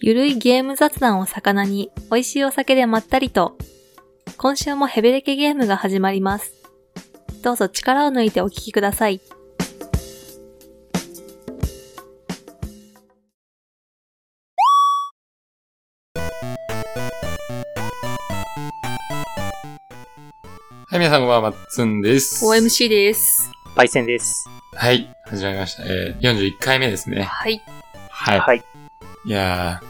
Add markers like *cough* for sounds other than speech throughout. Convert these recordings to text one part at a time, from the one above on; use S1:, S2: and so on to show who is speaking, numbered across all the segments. S1: ゆるいゲーム雑談を魚に、美味しいお酒でまったりと。今週もヘベレケゲームが始まります。どうぞ力を抜いてお聞きください。
S2: はい、皆さんこんばんは、まっつんです。
S1: OMC です。
S3: パイセンです。
S2: はい、始まりました。えー、41回目ですね。
S1: はい。
S2: はい。
S3: はい。
S2: い、や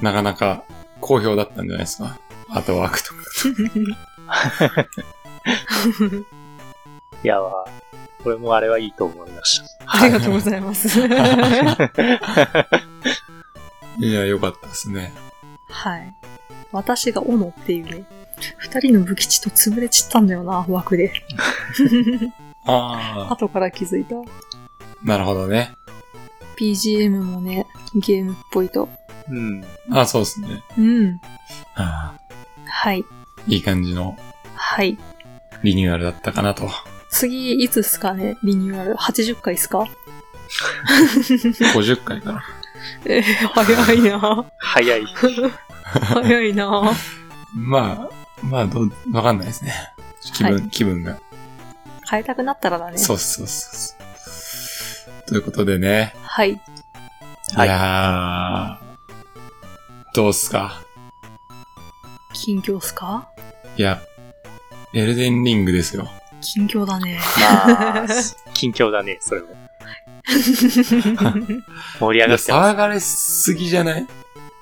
S2: ー、なかなか好評だったんじゃないですか。あとワークとか。
S3: いやー、これもあれはいいと思いまし
S1: *laughs* *laughs* ありがとうございます。 *laughs* はい
S2: *laughs*
S3: た。
S2: いや、よかったですね。。
S1: 私が斧っていうね、二人の武吉と潰れちったんだよな、枠で。
S2: あ
S1: 後から気づいた。
S2: ー、なるほどね。
S1: BGM もね、ゲームっぽいと。
S3: うん。
S2: あそうですね。
S1: うん。
S2: あ
S1: はい。
S2: ーいい感じの
S1: はい。
S2: リニューアルだったかなと。
S1: 次、いつっすかねリニューアル。80回っすか
S2: 50回かな。
S1: えー、 *laughs* 早いな
S3: 早い。
S1: *laughs* 早いな
S2: *laughs* まあ、まあ、どう、わかんないですね。気分、気分が。
S1: 変えたくなったらだね。
S2: そうそうそうそう。ということでね。
S1: はい。
S3: はい
S2: いやー、どうっすか
S1: 近況っすか
S2: いや、エルデンリングですよ。
S1: 近況だ *laughs* ね。
S3: まあ、近況だね、それも。
S2: いや、
S3: 盛り上がってます。
S2: 騒がれすぎじゃない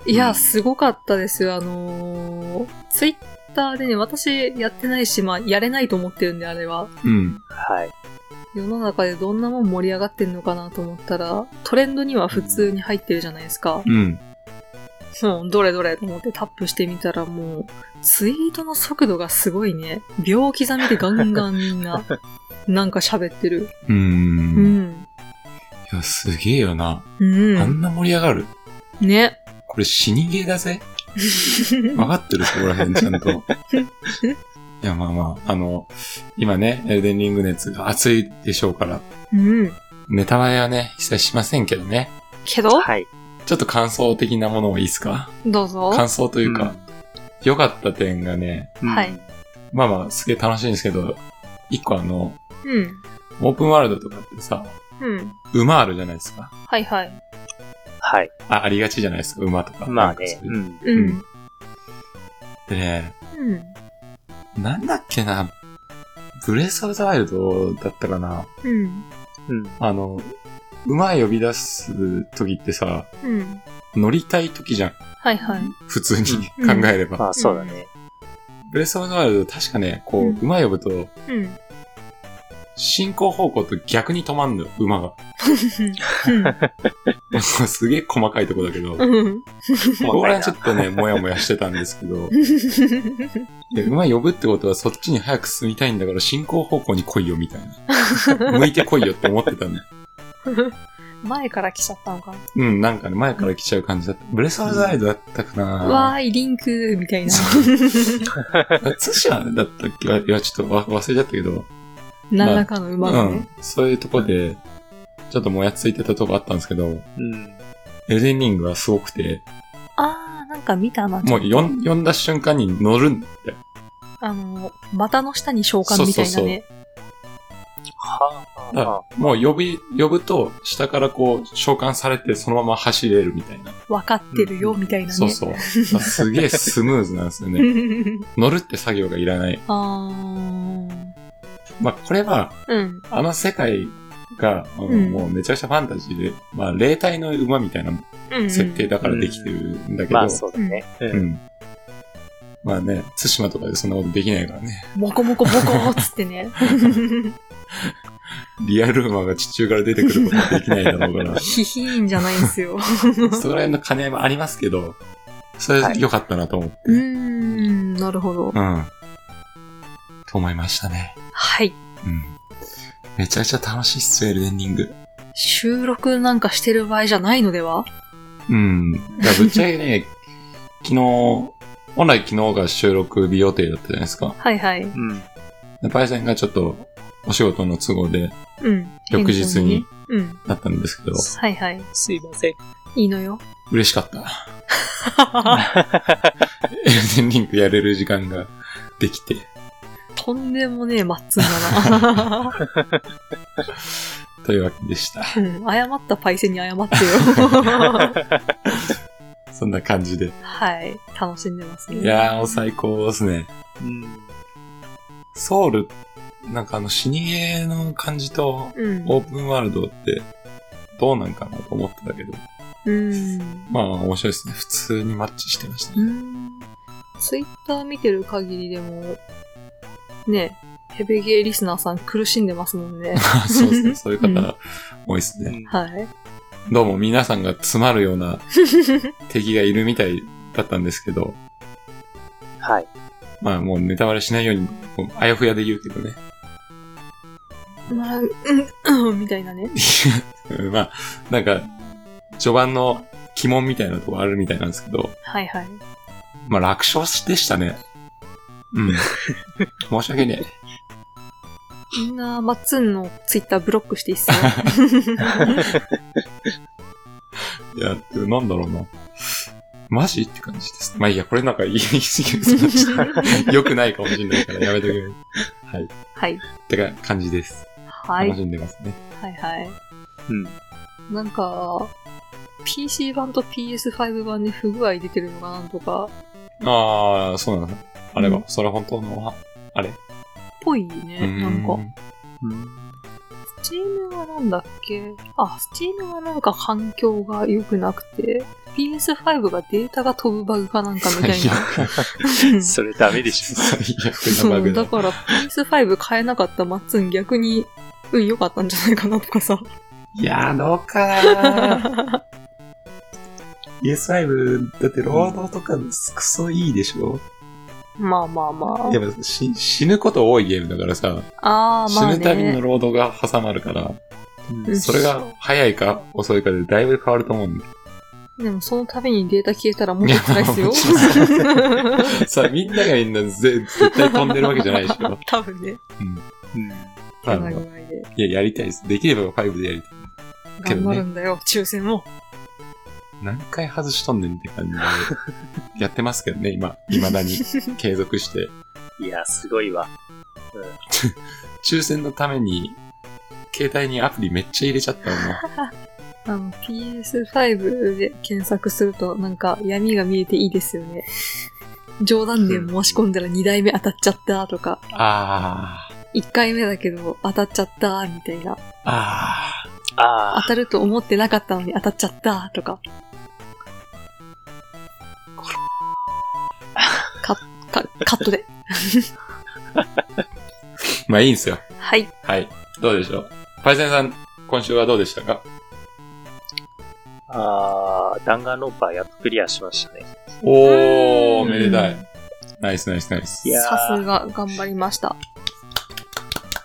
S1: いや、すごかったですよ。あのー、ツイッターでね、私やってないし、まあ、やれないと思ってるんで、あれは。
S2: うん。
S3: はい。
S1: 世の中でどんなもん盛り上がってんのかなと思ったら、トレンドには普通に入ってるじゃないですか。
S2: うん。
S1: そう、どれどれと思ってタップしてみたらもう、ツイートの速度がすごいね。秒刻みでガンガンみん *laughs* な、なんか喋ってる。う
S2: うー。
S1: ん
S2: い
S1: ん。
S2: や、すげえよな。
S1: う
S2: あ
S1: ん。
S2: んな盛り上がる。
S1: ね。
S2: これ死にゲーだぜ。わかってる、そこら辺ちゃんと。いや、まあまあ、あの、今ね、エルデンリング熱が熱いでしょうから、
S1: *laughs* うん。
S2: ネタバレはね、一切しませんけどね。
S1: けど、
S3: はい。
S2: ちょっと感想的なものをいいですか
S1: どうぞ。
S2: 感想というか、良、かった点がね、
S3: うん
S1: はい。
S2: まあまあ、すげえ楽しいんですけど、一個あの、
S1: うん。
S2: オープンワールドとかってさ、
S1: うん。
S2: 馬あるじゃないですか。
S1: はいはい。
S3: はい。
S2: あ、ありがちじゃないですか、馬とか。
S3: まあ
S2: なんか
S3: ね。。
S2: そういううん
S1: う
S2: うんん。でね、
S1: うん。
S2: なんだっけな、ブレスオブザワイルドだったかな。
S1: うん。
S3: うん。
S2: あの、馬呼び出す時ってさ、
S1: うん。
S2: 乗りたい時じゃん。
S1: はいはい。
S2: 普通に
S1: う
S2: *laughs* 考
S1: ん
S2: えれば。
S3: まあ、そうだね。
S2: ブレスオブザワイルド確かね、こう、
S1: うん
S2: 馬呼ぶと、
S1: うん。
S2: 進行方向と逆に止まんのよ、馬 *laughs* が。すげえ細かいとこだけど。
S1: うん。
S2: ここら辺ちょっとね、もやもやしてたんですけど、いや馬呼ぶってことはそっちに早く進みたいんだから進行方向に来いよみたいな。向いて来いよって思ってたね。
S1: *laughs* 前から来ちゃったのかな。
S2: うん、なんかね、前から来ちゃう感じだった。ブレスオブザワイルドだったか
S1: わ
S2: な
S1: ーい、リンクみたいな。
S2: ツシャだったっけいや、ちょっとわ忘れちゃったけど、
S1: 何らかの馬が
S2: う
S1: ね
S2: ん。。そういうとこで、ちょっともやついてたとこあったんですけど、
S3: うん。
S2: エルデンリングはすごくて、
S1: あー、なんか見たな。
S2: もう読ん読んだ瞬間に乗るんだよ。
S1: あの、股の下に召喚みたいなね。
S3: はあ、
S2: だ
S3: は
S2: からもう呼び、呼ぶと下からこう召喚されてそのまま走れるみたいな。
S1: 分かってるよ、みたいなね。
S2: そうそう。だからすげえスムーズなんですよね。乗るって作業がいらない。
S1: *laughs* あー。
S2: まあ、これは、
S1: うん。
S2: あの世界が、うん
S1: うん
S2: もうめちゃくちゃファンタジーで、まあ、霊体の馬みたいな
S1: うん。
S2: 設定だからできてるんだけど、
S3: まあ、そうだね。う。
S2: うんん。まあね、津島とかでそんなことできないからね。
S1: モコモコモコーつってね。
S2: リアル馬が地中から出てくることはできないだろう
S1: *laughs*
S2: から、そ
S1: ヒヒーンじゃないんですよ。
S2: こら辺の兼ね合いもありますけど、それ
S3: はい
S2: 良かったなと思って。
S1: うーん、なるほど。
S2: うん。と思いましたね。
S1: はい。
S2: うん。めちゃくちゃ楽しいっすよ、エルデンリング。
S1: 収録なんかしてる場合じゃないのでは
S2: うん。いや、ぶっちゃけね、昨日、本来昨日が収録日予定だったじゃないですか。
S1: はいはい。
S3: うん。
S2: でパイセンがちょっと、お仕事の都合で
S1: うん。
S2: 翌日
S1: 変更
S2: に
S1: ね。うん。
S2: なったんですけど、
S1: はいはい。
S3: すいません。
S1: いいの *laughs* よ。
S2: 嬉しかった。 *laughs* エルデンリンクやれる時間ができて、
S1: とんでもねえマッツンだ *laughs* な。
S2: というわけでした。
S1: うん、謝ったパイセンに謝って *laughs* よ。
S2: そんな感じで。
S1: はい。楽しんでますね。
S2: いやー、もう最高ですね。
S3: うん。
S2: ソウル、なんかあの死にゲーの感じと
S1: うん。
S2: オープンワールドってどうなんかなと思ってたけど、
S1: うん。
S2: まあ面白いですね。普通にマッチしてました
S1: う
S2: *laughs* ね。
S1: ん。ツイッター見てる限りでも、ね、ヘベゲーリスナーさん苦しんでますもんね。
S2: そうですね。そういう方多いですね。
S1: はい。 *laughs*
S2: どうも皆さんが詰まるような敵がいるみたいだったんですけど、
S3: はい。
S2: まあもうネタバレしないように、こうあやふやで言うけどね。 *laughs*
S1: まあ、うん、うん、みたいなね。
S2: うんまあ、なんか、序盤の鬼門みたいなとこあるみたいなんですけど、
S1: はいはい。
S2: まあ楽勝でしたね。
S1: *laughs*
S2: うん。申し訳ねえ。
S1: みんな、マッツンのツイッターブロックしていいっすよ。
S2: いや、なんだろうな。マジって感じです。まあいいや、これなんか言い過ぎです。 *laughs* 良くないかもしれないからやめとけ。はい。
S1: はい。
S2: ってか感じです。
S1: はい
S2: 楽。しんでますね。
S1: はいはい。
S3: うん。
S1: なんか、PC 版と PS5 版で不具合出てるのがなんとか、
S2: ああ、そうなの。あれ
S1: う
S2: は
S1: ん、
S2: それは本当の、あれ
S1: ぽいね。なんか、
S3: うん。
S1: スチームはなんだっけあ、スチームはなんか環境が良くなくて、PS5 がデータが飛ぶバグかなんかみたい
S2: 最
S1: な。
S2: 悪。
S1: うん *laughs*
S3: それダメでしょ。
S2: 最悪な
S1: そ
S2: バ
S1: う、
S2: グ
S1: だ
S2: だ。
S1: から PS5 買えなかったマッツン逆に、うん、良かったんじゃないかなとかさ。
S2: いやー、どうかな PS5、だって労働とかクソいいでしょ
S1: まあまあま
S2: でもし死ぬこと多いゲームだからさ、
S1: あ。ああ、まあね。
S2: 死ぬたびの労働が挟まるから、
S1: うん
S2: それが早いか遅いかでだいぶ変わると思うんだ。
S1: でもそのたびにデータ消えたらもっと辛いっ
S2: *laughs*
S1: すよ
S2: いや。さあ、みんながみんなぜ絶対飛んでるわけじゃないでしょ。
S1: *laughs* 多分ね。
S3: うん。
S2: あ
S1: 手
S2: の
S1: 前ぐ
S2: い
S1: らいで。
S2: や、やりたいです。できれば5でやりたい。け
S1: 頑
S2: どね
S1: 張るんだよ、抽選を。
S2: 何回外しとんねんって感じで、やってますけどね、今、未だに継続して。
S3: いや、すごいわ。
S2: 抽選のために、携帯にアプリめっちゃ入れちゃった *laughs* のね。
S1: あの、PS5 で検索するとなんか闇が見えていいですよね。冗談で申し込んだら2代目当たっちゃったとか、
S2: あ
S1: 1回目だけど当たっちゃったみたいな、
S2: ー、あ
S3: あ
S1: 当
S3: あ。
S1: たると思ってなかったのに当たっちゃったとか。カッ、カッ、カットで。
S2: ー。まあいいんですよ。
S1: はい。
S2: はい。どうでしょう。パイセンさん、今週はどうでしたか
S3: ああ、弾丸ロンパーやっとクリアしましたね。
S2: お
S1: う
S2: ー、
S1: ん
S2: めでたい。ナイスナイスナイス
S3: い。やー
S1: さすが頑張りました。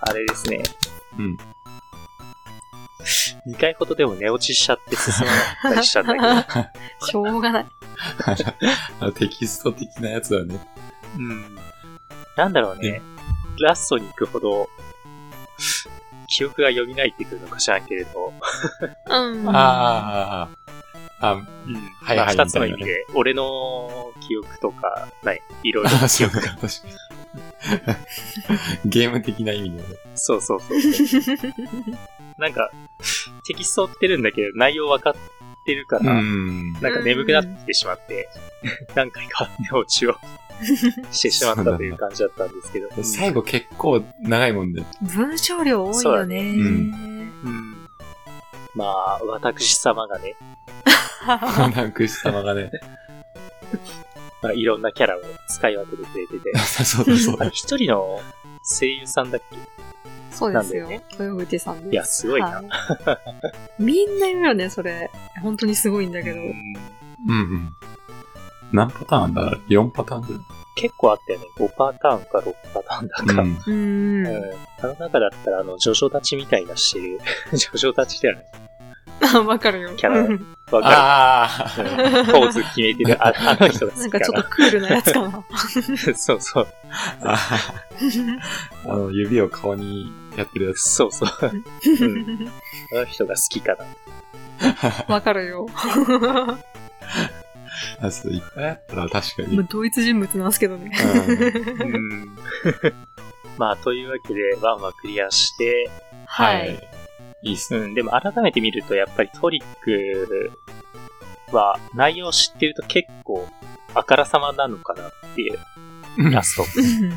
S3: あれですね。
S2: うん。
S3: 2回ほどでも寝落ちしちゃって進まなかったりした
S2: *laughs*
S3: んだ
S1: *laughs* しょうがない。
S2: *laughs* あのテキスト的なやつはね。
S3: けど。うん。なんだろうね。ラストに行くほど、記憶が蘇ってくるのか知らんけれど、
S1: うん。
S2: あー、あー、
S3: うん。
S2: はい
S3: まあ
S2: はい
S3: 二つの
S2: みた
S3: 意
S2: い
S3: 味
S2: な
S3: で、俺の記憶とか、
S2: *laughs*
S3: ない、いろいろ
S2: あー、
S3: 記
S2: そう
S3: 憶
S2: か、
S3: が。
S2: 確かに。ゲーム的な意味でね。
S3: そうそうそう。なんか、テキスト追ってるんだけど、内容分かってるから、
S2: ん。
S3: なんか眠くなってしまって、
S2: *laughs*
S3: 何回か寝落ちをしてしまったという感じだったんですけど。
S2: 最後結構長いもんで。
S1: *laughs* 文章量多いよね。
S2: そうだね
S3: うんまあ、私様がね、
S2: *laughs* なんか、様が *laughs* ね。、
S3: まあ、いろんなキャラを使い分けてくれ *laughs* てて
S2: そうだそう
S3: あ
S2: だ
S3: れ。一人の声優さんだっけ
S1: *laughs* そうですよ。
S3: なんだよ
S1: 豊口さんです。
S3: いやすごいな
S1: は。みんな言うよね、それ。本当にすごいんだけど
S3: う。ん
S2: うんうん。何パターンだ ?4 パターンぐらい
S3: 結構あったよね。5パターンか6パターンだか。
S2: うん
S1: う
S3: うん
S1: ん。
S3: あの中だったら、あの、ジョジョ立ちみたいなしてる。 *laughs* ジョジョ立ちだよね。
S1: あ *laughs* わかるよ。
S3: キャラ
S1: うん
S3: わか
S2: あ
S3: る。うんポーズ決めてる。あ、あの人が好
S1: なん
S3: き
S1: かち
S3: か
S1: ょっ
S3: な。
S1: とクールなやつかな。
S3: *laughs* そうそう。
S2: ーあー。あの、指
S3: *laughs*
S2: を顔にやってるやつ。
S3: そうそう。あの人が好きかな。
S1: *laughs* わかるよ。
S2: あ、そう、いっぱいあったら確かに。
S1: まあ同一人物なんですけどね。
S3: うん *laughs* まあ、というわけで、ワンはクリアして、
S1: はい。。
S2: いいっすね。
S3: うん、でも改めて見ると、やっぱりトリックは、内容を知ってると結構、あからさまなのかなっていう、ラスト、
S1: うん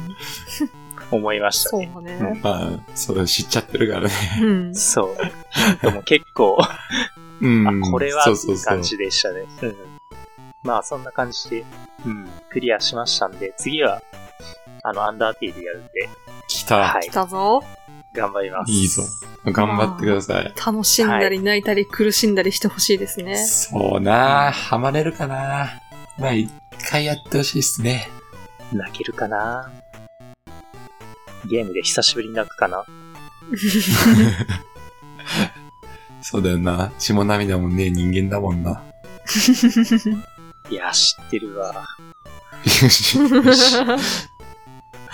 S3: 思いました
S1: *laughs* そう
S3: ね。
S1: だ
S2: うん
S1: ね。
S2: まあ、それ知っちゃってるからね。
S1: うん。
S3: そう。でも結構、
S2: うん。
S3: あ、これは
S2: そう
S3: って
S2: そう
S3: いう
S2: そう
S3: 感。じでしたね。うんまあ、そんな感じで、うん、クリアしましたんで、次は、あの、アンダーテイルやるんで、
S2: 来た。
S3: はい
S1: 来、たぞ。
S3: 頑張ります。
S2: いいぞ。頑張ってください。
S1: 楽しんだり泣いたり苦しんだりしてほしいですね。
S2: そうなあハマれるかなまあ、一回やってほしいっすね。
S3: 泣けるかなゲームで久しぶりに泣くかな
S2: そうだよな。血も涙もねえ人間だもんな。
S3: いや、知ってるわ。
S1: *laughs*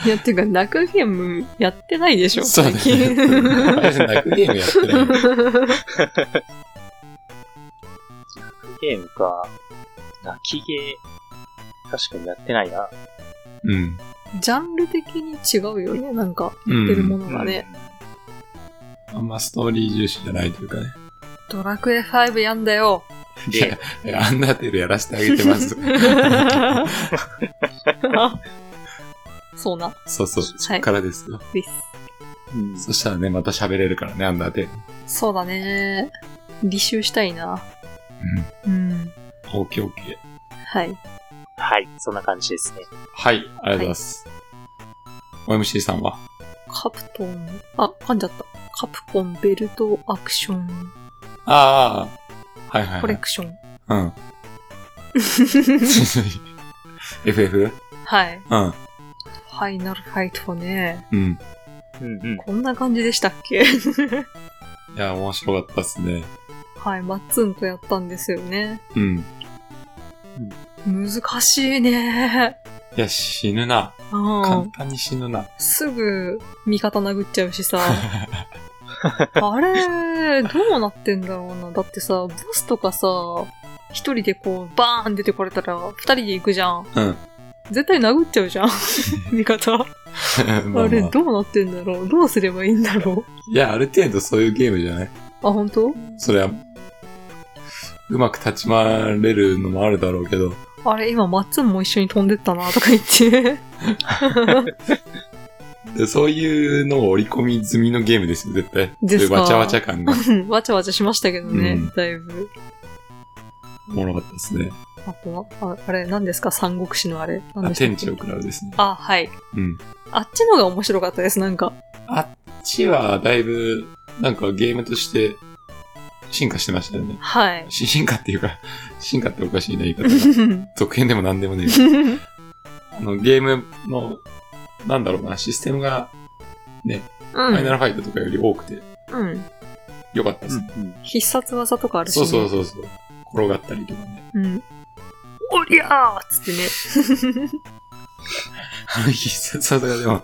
S1: いや、っていうか、泣くゲームやってないでしょ、
S2: そうだ
S1: 最近。
S2: ね。
S3: *laughs*
S2: 泣くゲームやってないの。
S3: ゲームか。泣きゲー。確かにやってないな。
S2: うん。
S1: ジャンル的に違うよね、なんか、
S2: う
S1: やってるも
S2: ん。
S1: のがね。
S2: あんまストーリー重視じゃないというか
S1: *laughs*
S2: ね。
S1: ドラクエ5やんだよ。
S3: うん。
S2: いや
S3: で、
S2: いやアンダーテールやらせてあげてます。
S1: *laughs* そうな、
S2: そうそう。そっからですよ。
S1: です。
S3: うん
S2: そしたらね、また喋れるからね、アンダーテール。
S1: そうだね。履修したいな。
S2: うん。
S1: うん。
S2: オーケーオーケー。
S1: はい。
S3: はい、そんな感じですね。
S2: はい、ありがとうございます。OMC さんは
S1: カプトン、あ、噛んじゃった。カプコンベルトアクション
S2: ああ、はいはい、はい。
S1: コレクション。 *laughs*
S2: うん。FF?
S1: はい。
S2: うん。
S1: ファイナルファイトね。
S2: うん。
S3: うんうん。
S1: こんな感じでしたっ *laughs* け
S2: いや、面白かったっすね。
S1: はい、マッツンとやったんですよね。
S2: うん。
S1: 難しいね。
S2: いや、死ぬな。
S1: う
S2: 簡
S1: ん。
S2: 単に死ぬな。
S1: すぐ味方殴っちゃうし
S2: *laughs*
S1: さ。あれ、どうなってんだろうな。だってさ、ボスとかさ、一人でこう、バーン出てこれたら、二人で行くじゃん。
S2: うん。
S1: 絶対殴っちゃうじゃ
S2: *laughs*
S1: ん。味方。
S2: ま
S1: あれ、
S2: ま
S1: どうなってんだろうどうすればいいんだろう
S2: いや、ある程度そういうゲームじゃな
S1: あ、
S2: い
S1: 本当？
S2: それは、うまく立ち回れるのもあるだろうけど。
S1: あれ、今、マッツンも一緒に飛んでったな、とか言って。
S2: でそういうのを織り込み済みのゲームですよ、絶対。
S1: ですか
S2: そういうわちゃわちゃ感が。
S1: うんわちゃわちゃしましたけどね、
S2: うん
S1: だいぶ。
S2: おもろかったですね。
S1: あとは、ああれ、何ですか三国志のあれ。何
S2: あ、
S1: でしたっけ
S2: 天地を食らうですね。
S1: あ、はい。
S2: うん。
S1: あっちのが面白かったです、なんか。
S2: あっちはだいぶ、なんかゲームとして進化してましたよね。
S1: はい。
S2: し進化っていうか、 *laughs* 進化っておかしいな言い
S1: *laughs*
S2: 方が。続編でも何でもねえ。あの、ゲームの、なんだろうな、システムが、
S1: う
S2: ファイナ
S1: ん。
S2: ルファイトとかより多くて、
S1: うん。
S2: よかったです。
S3: うん
S1: 必殺技とかあるし、
S2: そ
S1: ね。
S2: うそうそうそう。転がったりとかね。
S1: うん。おりゃーっつってね。
S2: *laughs* あの必殺技がでも、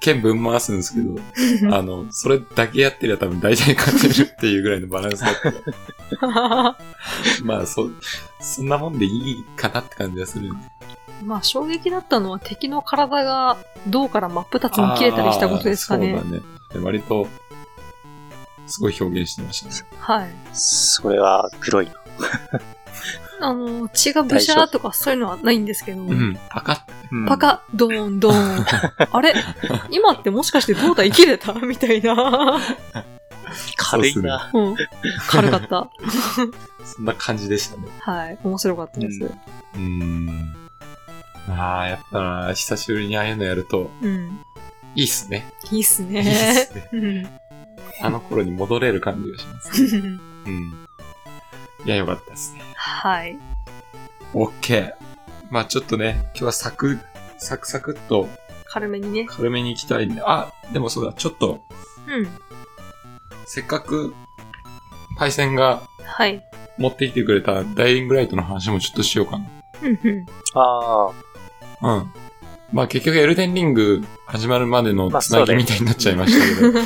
S2: 剣ぶん回すんですけど、あの、それだけやってりゃ多分大体勝てるっていうぐらいのバランスだった。まあ、そ、そんなもんでいいかなって感じがするよね。
S1: *laughs* まあ、衝撃だったのは敵の体が銅から真っ二つに切れたりしたことですか
S2: あー
S1: ね。
S2: そうだね。で割と、すごい表現してましたね。
S1: はい。
S3: それは黒い。
S1: あの、血がブシャーとかそういうのはないんですけど、
S2: うん。パカッ。
S3: うん
S1: パカ、ドーン、ドー
S2: *laughs*
S1: ン。あれ今ってもしかして胴体切れた *laughs* みたいな。
S3: 軽いな。
S1: うん。軽かった。
S2: そんな感じでしたね。
S1: はい。面白かったです。
S2: うーん。ああ、やっぱ、久しぶりにああいうのやると、
S1: うん。
S2: いいっすね。
S1: いいっす
S2: いいっ
S1: ね。
S2: すね。
S1: うん。
S2: あの頃に戻れる感じがしま
S1: *laughs*
S2: す。うん。いや、よかったですね。
S1: はい。
S2: オッケー。まあちょっとね、今日はサク、サクサクっと
S1: 軽めにね。
S2: 軽めに行きたいんで、あ、でもそうだ、ちょっと、
S1: うん。
S2: せっかく、パイセンが
S1: はい。
S2: 持ってきてくれたダイイングライトの話もちょっとしようか
S1: うんうん。
S3: ああ、
S2: な。うん。まあ結局エルデンリング始まるまでの
S3: まあ
S2: つなぎみたいになっちゃいましたけど。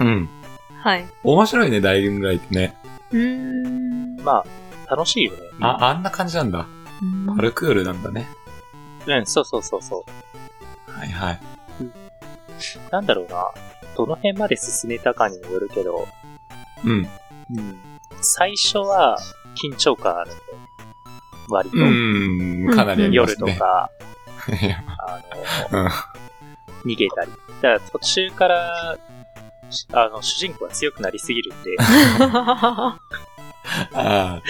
S2: うん。
S1: *laughs* はい。
S2: 面白いね、ダイイングライトね。
S1: うーん。
S3: まあ、楽しいよね。
S2: あ、あんな感じなんだ。
S1: *laughs*
S2: パルクールなんだね。
S3: うん、そうそうそうそう。
S2: はいはい。
S3: なんだろうな。どの辺まで進めたかにもよるけど、
S2: うん。
S3: うん。最初は緊張感あるんで、割と。
S2: うーん、かなりありま
S3: 夜
S2: す
S3: と
S2: ね。
S3: か、
S2: *laughs* いや
S3: あ
S2: うん
S3: の、逃げたり。だから途中から、しあの、主人公は強くなりすぎる
S2: *laughs*
S3: んで、
S1: は
S2: あ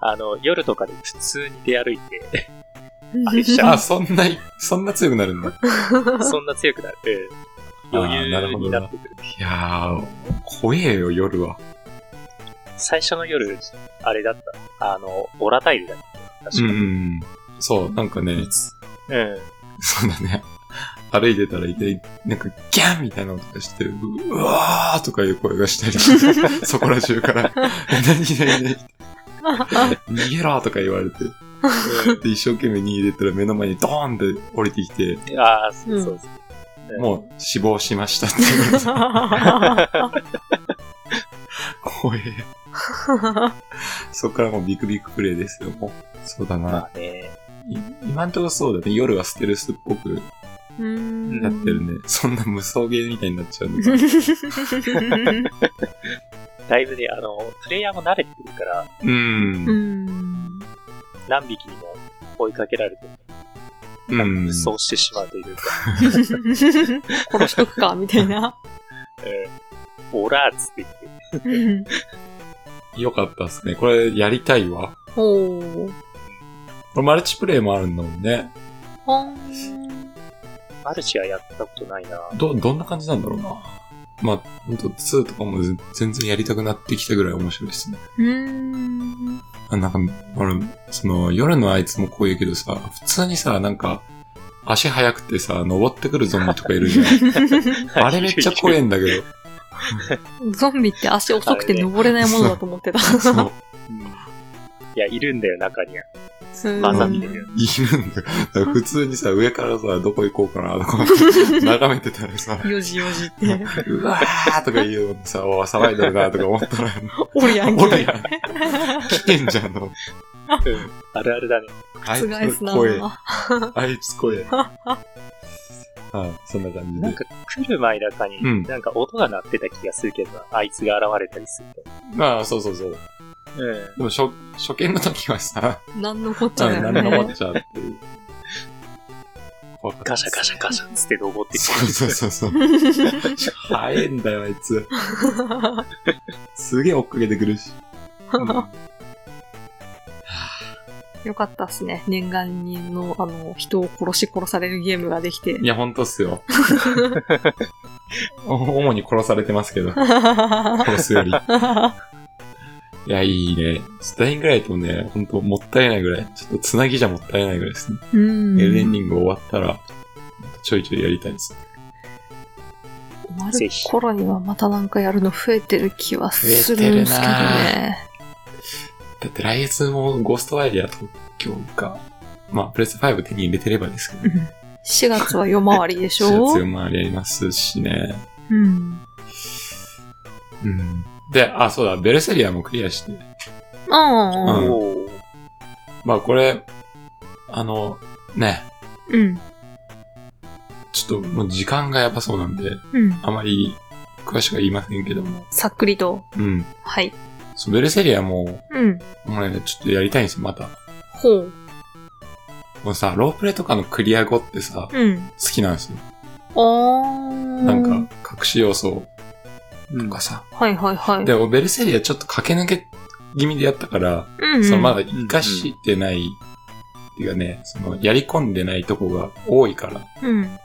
S3: あの、夜とかで普通に出歩いて、
S2: *laughs*
S3: あ
S1: い
S3: れじ
S2: ー
S3: ゃ
S2: あ、そんな、そんな強くなるんだ。
S3: そんな強くなる。うん余
S2: あーなる
S3: 裕
S2: ほど
S3: になってくる。
S2: いやー、怖えよ、夜は。
S3: 最初の夜、あれだった。あの、オラタイルだった。確
S2: う
S3: か
S2: んうんうん。そう、なんかね、
S3: うん。
S2: *laughs* そうだね。歩いてたらいきなり、なんか、ギャンみたいな音がして、ううわーとかいう声がした *laughs* り、そこら中から、何々何々逃げろとか言われて、で、一生懸命逃げてたら目の前にドーンって降りてきて、
S3: うん。ああ、そううんそうそう。
S2: もう死亡しましたって言 *laughs* われた。怖え。そこからもうビクビクプレイですよ、もう。そうだな。
S3: まあね。
S2: い今んとこそうだね。夜はステルスっぽく
S1: う
S3: *laughs*
S1: ーん
S2: なってるね。そんな無双ゲーみたいになっちゃうのか。
S3: だいぶね、あの、プレイヤーも慣れてくるから、
S1: *laughs*
S2: う。
S1: うんん。
S3: 何匹にも追いかけられて、
S2: うん。
S3: 無双してしまうというか、
S1: 殺しとくか、みたいな。
S3: うん。オラーっつって言って、
S1: うん
S2: よかったですね。これやりたいわ。
S1: おー。
S2: これマルチプレイもあるんだもんね。
S1: ほん。
S3: マルチはやったことないな。
S2: ど、どんな感じなんだろうな。まあ、ほんと2とかも全全然やりたくなってきたぐらい面白いですね。
S1: うーん。
S2: あなんか、俺、その、夜のあいつもこう言うけどさ、普通にさ、なんか、足速くてさ、登ってくるゾンビとかいる *laughs* じゃん。あれめっちゃ怖えんだけど。
S1: *laughs* ゾンビって足遅くて登れないものだと思 *laughs* ってた。
S2: *laughs* そう。
S3: うんいや、いるんだよ、中には。
S1: うん
S3: まさみでね。
S2: いるんだよ。だから普通にさ、上からさ、どこ行こうかな、とか、眺めてたらさ、
S1: よじよじって。
S2: うわーとか言うのにさ、おー騒いでるな、とか思ったら、
S1: おるやんけ。
S2: 俺やん、来てんじゃんの。
S3: うんあるあるだね。
S2: あ
S1: *laughs*
S2: い
S1: つがいす
S2: つ
S1: な
S2: 声、あいつ声。はい、そんな感じ
S3: なん
S2: で。
S3: か来る前だかに、
S2: うん
S3: なんか音が鳴ってた気がするけどな、あいつが現れたりすると。
S2: まあ、そうそうそう。
S3: うん。
S2: でも、初、初見の時はさ、
S1: なんのこっちゃだよ
S2: なんで
S1: ね。
S2: 登っちゃうっていう。怖かった
S3: ガシャガシャガシャっつって登ってく
S2: そう
S3: る。
S2: そうそうそう。早いんだよ、あいつ。すげえ追っかけてくる
S3: *laughs*
S2: し。
S1: *laughs* よかったっすね。念願にの、あの、人を殺し殺されるゲームができて *laughs*
S2: い。や、ほんとっすよ。 *laughs* お主に殺されてますけど、殺すより。いや、いいね。スタイングライトもね、ほんともったいないぐらい。ちょっとつなぎじゃもったいないぐらいですね。
S1: うん。
S2: エルデンリング終わったら、ちょいちょいやりたいです。
S1: 終わる頃にはまたなんかやるの増えてる気はするんですけど
S2: 増えて
S1: ね。
S2: だって来月もゴーストワイリア東京か、まあ、プレス5手に入れてればですけど
S1: う、ん4月は夜回りでしょ
S2: 強まりありますしね。
S1: うん。
S2: うん。で、あ、そうだ、ベルセリアもクリアして。
S1: ああ。
S2: うん
S3: おー
S2: まあ、これ、あの、ね、
S1: うん。
S2: ちょっともう時間がやばそうなんで、
S1: うん。
S2: あまり詳しくは言いませんけども。
S1: さっくりと。
S2: うん。
S1: はい。
S2: そう、ベルセリアも、
S1: うん。
S2: もうね、ちょっとやりたいんですよ、また。
S1: ほう。
S2: もうさ、ロープレとかのクリア後ってさ、好
S1: うん。
S2: きなんですよ。
S1: おー。
S2: なんか、隠し要素
S3: う
S2: と
S3: ん。
S2: かさ。
S1: はいはいはい。
S2: で、俺ベルセリアちょっと駆け抜け気味でやったから、
S1: うんうん
S2: そのまだ活かしてない、っていうかね、その、やり込んでないとこが多いから、
S1: うん。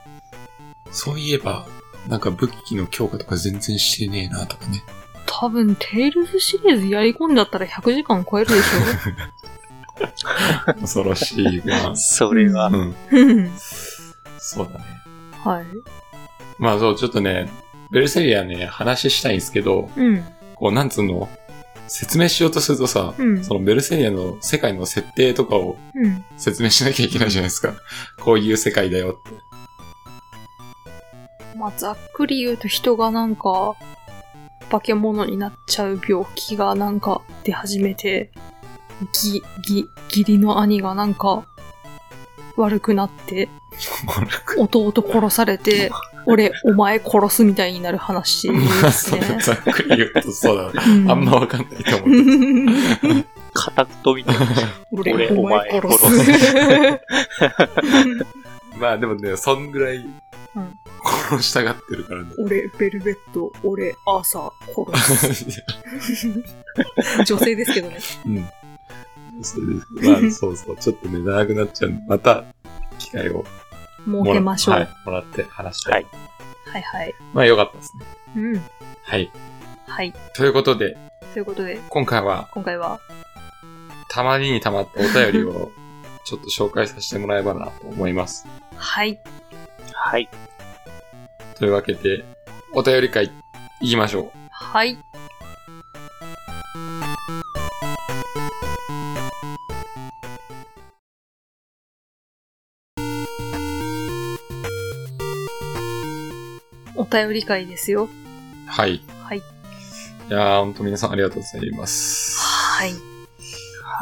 S2: そういえば、なんか武器の強化とか全然してねえなとかね。
S1: 多分、テイルズシリーズやり込んだったら100時間超えるでし
S2: 恐ろしいな
S3: それは
S2: う、ん。 *laughs*
S1: ょうん。
S2: そうだね。
S1: はい。
S2: まあそう、ちょっとね、ベルセリアね、話したいんですけど、
S1: うん。
S2: こう、なんつうの、説明しようとするとさ、
S1: うん。
S2: そのベルセリアの世界の設定とかを
S1: うん。
S2: 説明しなきゃいけないじゃないですか。 *laughs* こういう世界だよって。
S1: まあ、ざっくり言うと人がなんか、化け物になっちゃう病気がなんか出始めて、ぎ、ぎ、義理の兄がなんか悪くなって、
S2: 悪く
S1: 弟殺されて、俺、お前殺すみたいになる話で
S2: まあ、
S1: す
S2: *laughs* そ
S1: ね
S2: れ。ざっくり言うとそうだな。
S1: うん
S2: あんま
S1: *laughs*
S2: わかんないと思う。
S3: 片言みたい
S2: *laughs*
S3: な。
S1: 俺、
S3: 俺
S1: お前
S3: お前
S1: 殺す。
S2: まあでもね、そんぐらい、殺したがってるからね。
S1: *laughs* 俺、ベルベット、俺、アーサー、 *laughs* 殺す。女性ですけどね。
S2: うん。そうですまあ、そうそう。ちょっとね、長くなっちゃうんで。また、機会を
S1: 儲
S2: も
S1: け
S2: ら
S1: ましょう。
S2: は
S1: はい
S2: い、もらって話して。
S3: はい
S1: はい。
S2: まあ、よかったですね。
S1: うん。
S2: はい。
S1: はい。
S2: ということで、
S1: ということで、
S2: 今回は、
S1: 今回は、
S2: たまりにたまったお便りを、ちょっと紹介させてもらえばなと思います。
S1: はい。
S3: はい。
S2: というわけで、お便り会、行きましょう。
S1: はい。お便り会ですよ。
S2: はい。
S1: はい
S2: いやー、ほんと皆さんありがとうございます。
S1: はい。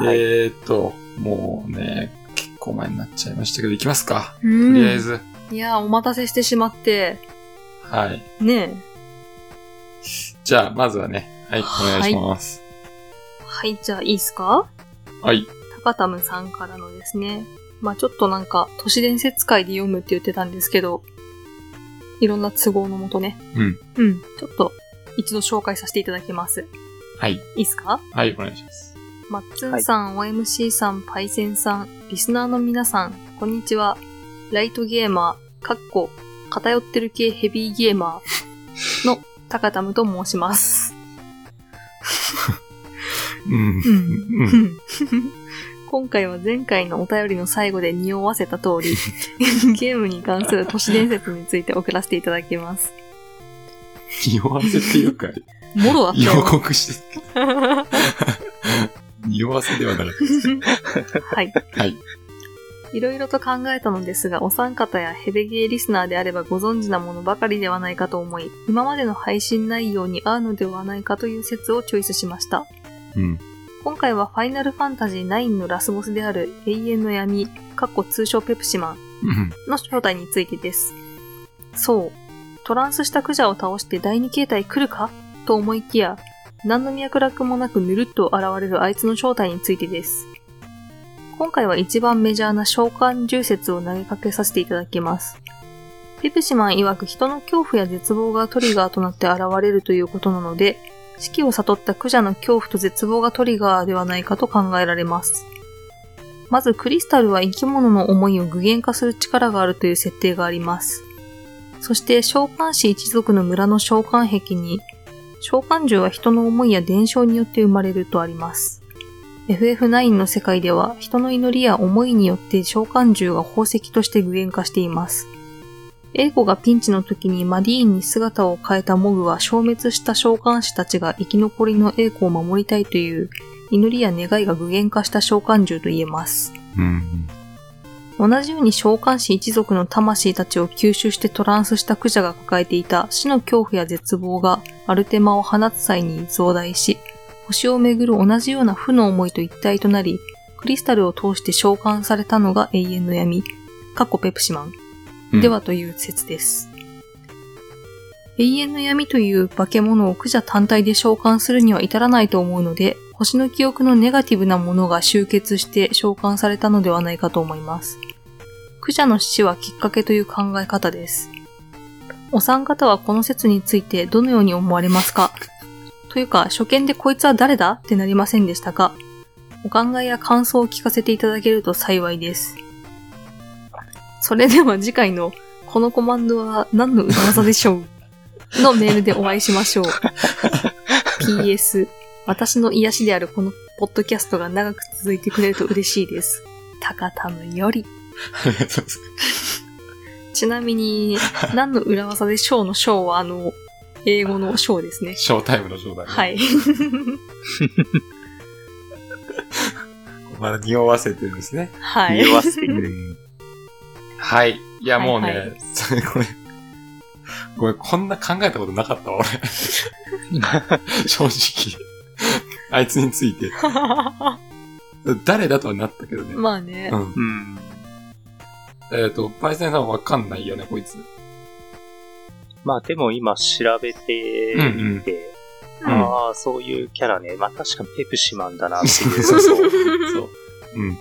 S3: はい
S2: えーっと、もうね、結構前になっちゃいましたけど、行きますか。と
S1: と
S2: りあえ。ず。
S1: いやー、お待たせしてしまって、
S2: はい。
S1: ね
S2: じゃあ、まずはね、はい、お
S1: はい
S2: 願いします。
S1: え。はい、じゃあいいっすか
S2: はい。
S1: 高タムさんからのですね、まあちょっとなんか、都市伝説会で読むって言ってたんですけど、いろんな都合のもとね。
S2: うん。
S1: うん。ちょっと、一度紹介させていただきます。
S2: はい。
S1: いいっすか
S2: はい、お願いします。
S1: マッツンさん、OMC さん、パイセンさん、リスナーの皆さん、こんにちは。ライトゲーマー、かっこ、偏ってる系ヘビーゲーマーのタカタムと申します。
S2: うん。
S1: う
S2: うん
S1: *laughs* 今回は前回のお便りの最後で匂わせた通
S2: *laughs*
S1: り、ゲームに関する都市伝説について送らせていただきます。
S2: 匂わせっていうか、
S1: もろだった
S2: 予
S1: よ。
S2: 告して、匂わせではなかったです。
S1: *laughs* はい。
S2: はい。
S1: いろいろと考えたのですが、お三方やヘベゲーリスナーであればご存知なものばかりではないかと思い、今までの配信内容に合うのではないかという説をチョイスしました。
S2: うん。
S1: 今回はファイナルファンタジー9のラスボスである永遠の闇、かっこ通称ペプシマン
S2: うん。
S1: の正体についてです。そう。トランスしたクジャを倒して第二形態来るかと思いきや、何の脈絡もなくぬるっと現れるあいつの正体についてです。今回は一番メジャーな召喚銃説を投げかけさせていただきます。ペプシマン曰く人の恐怖や絶望がトリガーとなって現れるということなので、死期を悟ったクジャの恐怖と絶望がトリガーではないかと考えられます。まずクリスタルは生き物の思いを具現化する力があるという設定があります。そして召喚士一族の村の召喚壁に、召喚獣は人の思いや伝承によって生まれるとあります。FF9 の世界では人の祈りや思いによって召喚獣が宝石として具現化しています。英子がピンチの時にマディーンに姿を変えたモグは消滅した召喚士たちが生き残りの英子を守りたいという祈りや願いが具現化した召喚獣と言えます。
S2: うん。
S1: 同じように召喚士一族の魂たちを吸収してトランスしたクジャが抱えていた死の恐怖や絶望がアルテマを放つ際に増大し、星をめぐる同じような負の思いと一体となり、クリスタルを通して召喚されたのが永遠の闇、過去ペプシマン。
S2: うん
S1: では、という説です。永遠の闇という化け物をクジャ単体で召喚するには至らないと思うので、星の記憶のネガティブなものが集結して召喚されたのではないかと思います。クジャの死はきっかけという考え方です。お三方はこの説についてどのように思われますかというか、初見でこいつは誰だってなりませんでしたが、お考えや感想を聞かせていただけると幸いです。それでは次回のこのコマンドは何の裏技でしょうのメールでお会いしましょう。PS、私の癒しであるこのポッドキャストが長く続いてくれると嬉しいです。タカタムより。
S2: ありがとうござい
S1: ちなみ
S2: *laughs*
S1: に、何の裏技でしょうのショーはあの、英語のショーですね
S2: ます。。ショータイムの状態。
S1: はい。
S2: まだ匂わせてるんですね。
S1: はい。
S3: 匂わせてくれ
S2: *laughs* はい。いや、もうね、
S1: はいは
S2: これ、ごめん、こんな考えたことなかったわ、俺。 *laughs* 正直。あいつについて。誰だとはなったけど
S1: *laughs*
S2: ね。
S1: まあね。
S2: うん。
S3: うん。
S2: えっ、と、パイセンさんわかんないよね、こいつ。
S3: まあでも今調べてみて、
S2: うんうん
S3: ああ、そういうキャラね。まあ確かにペプシマンだなってい
S2: *laughs*
S3: う。
S2: そうそう。そう。うん。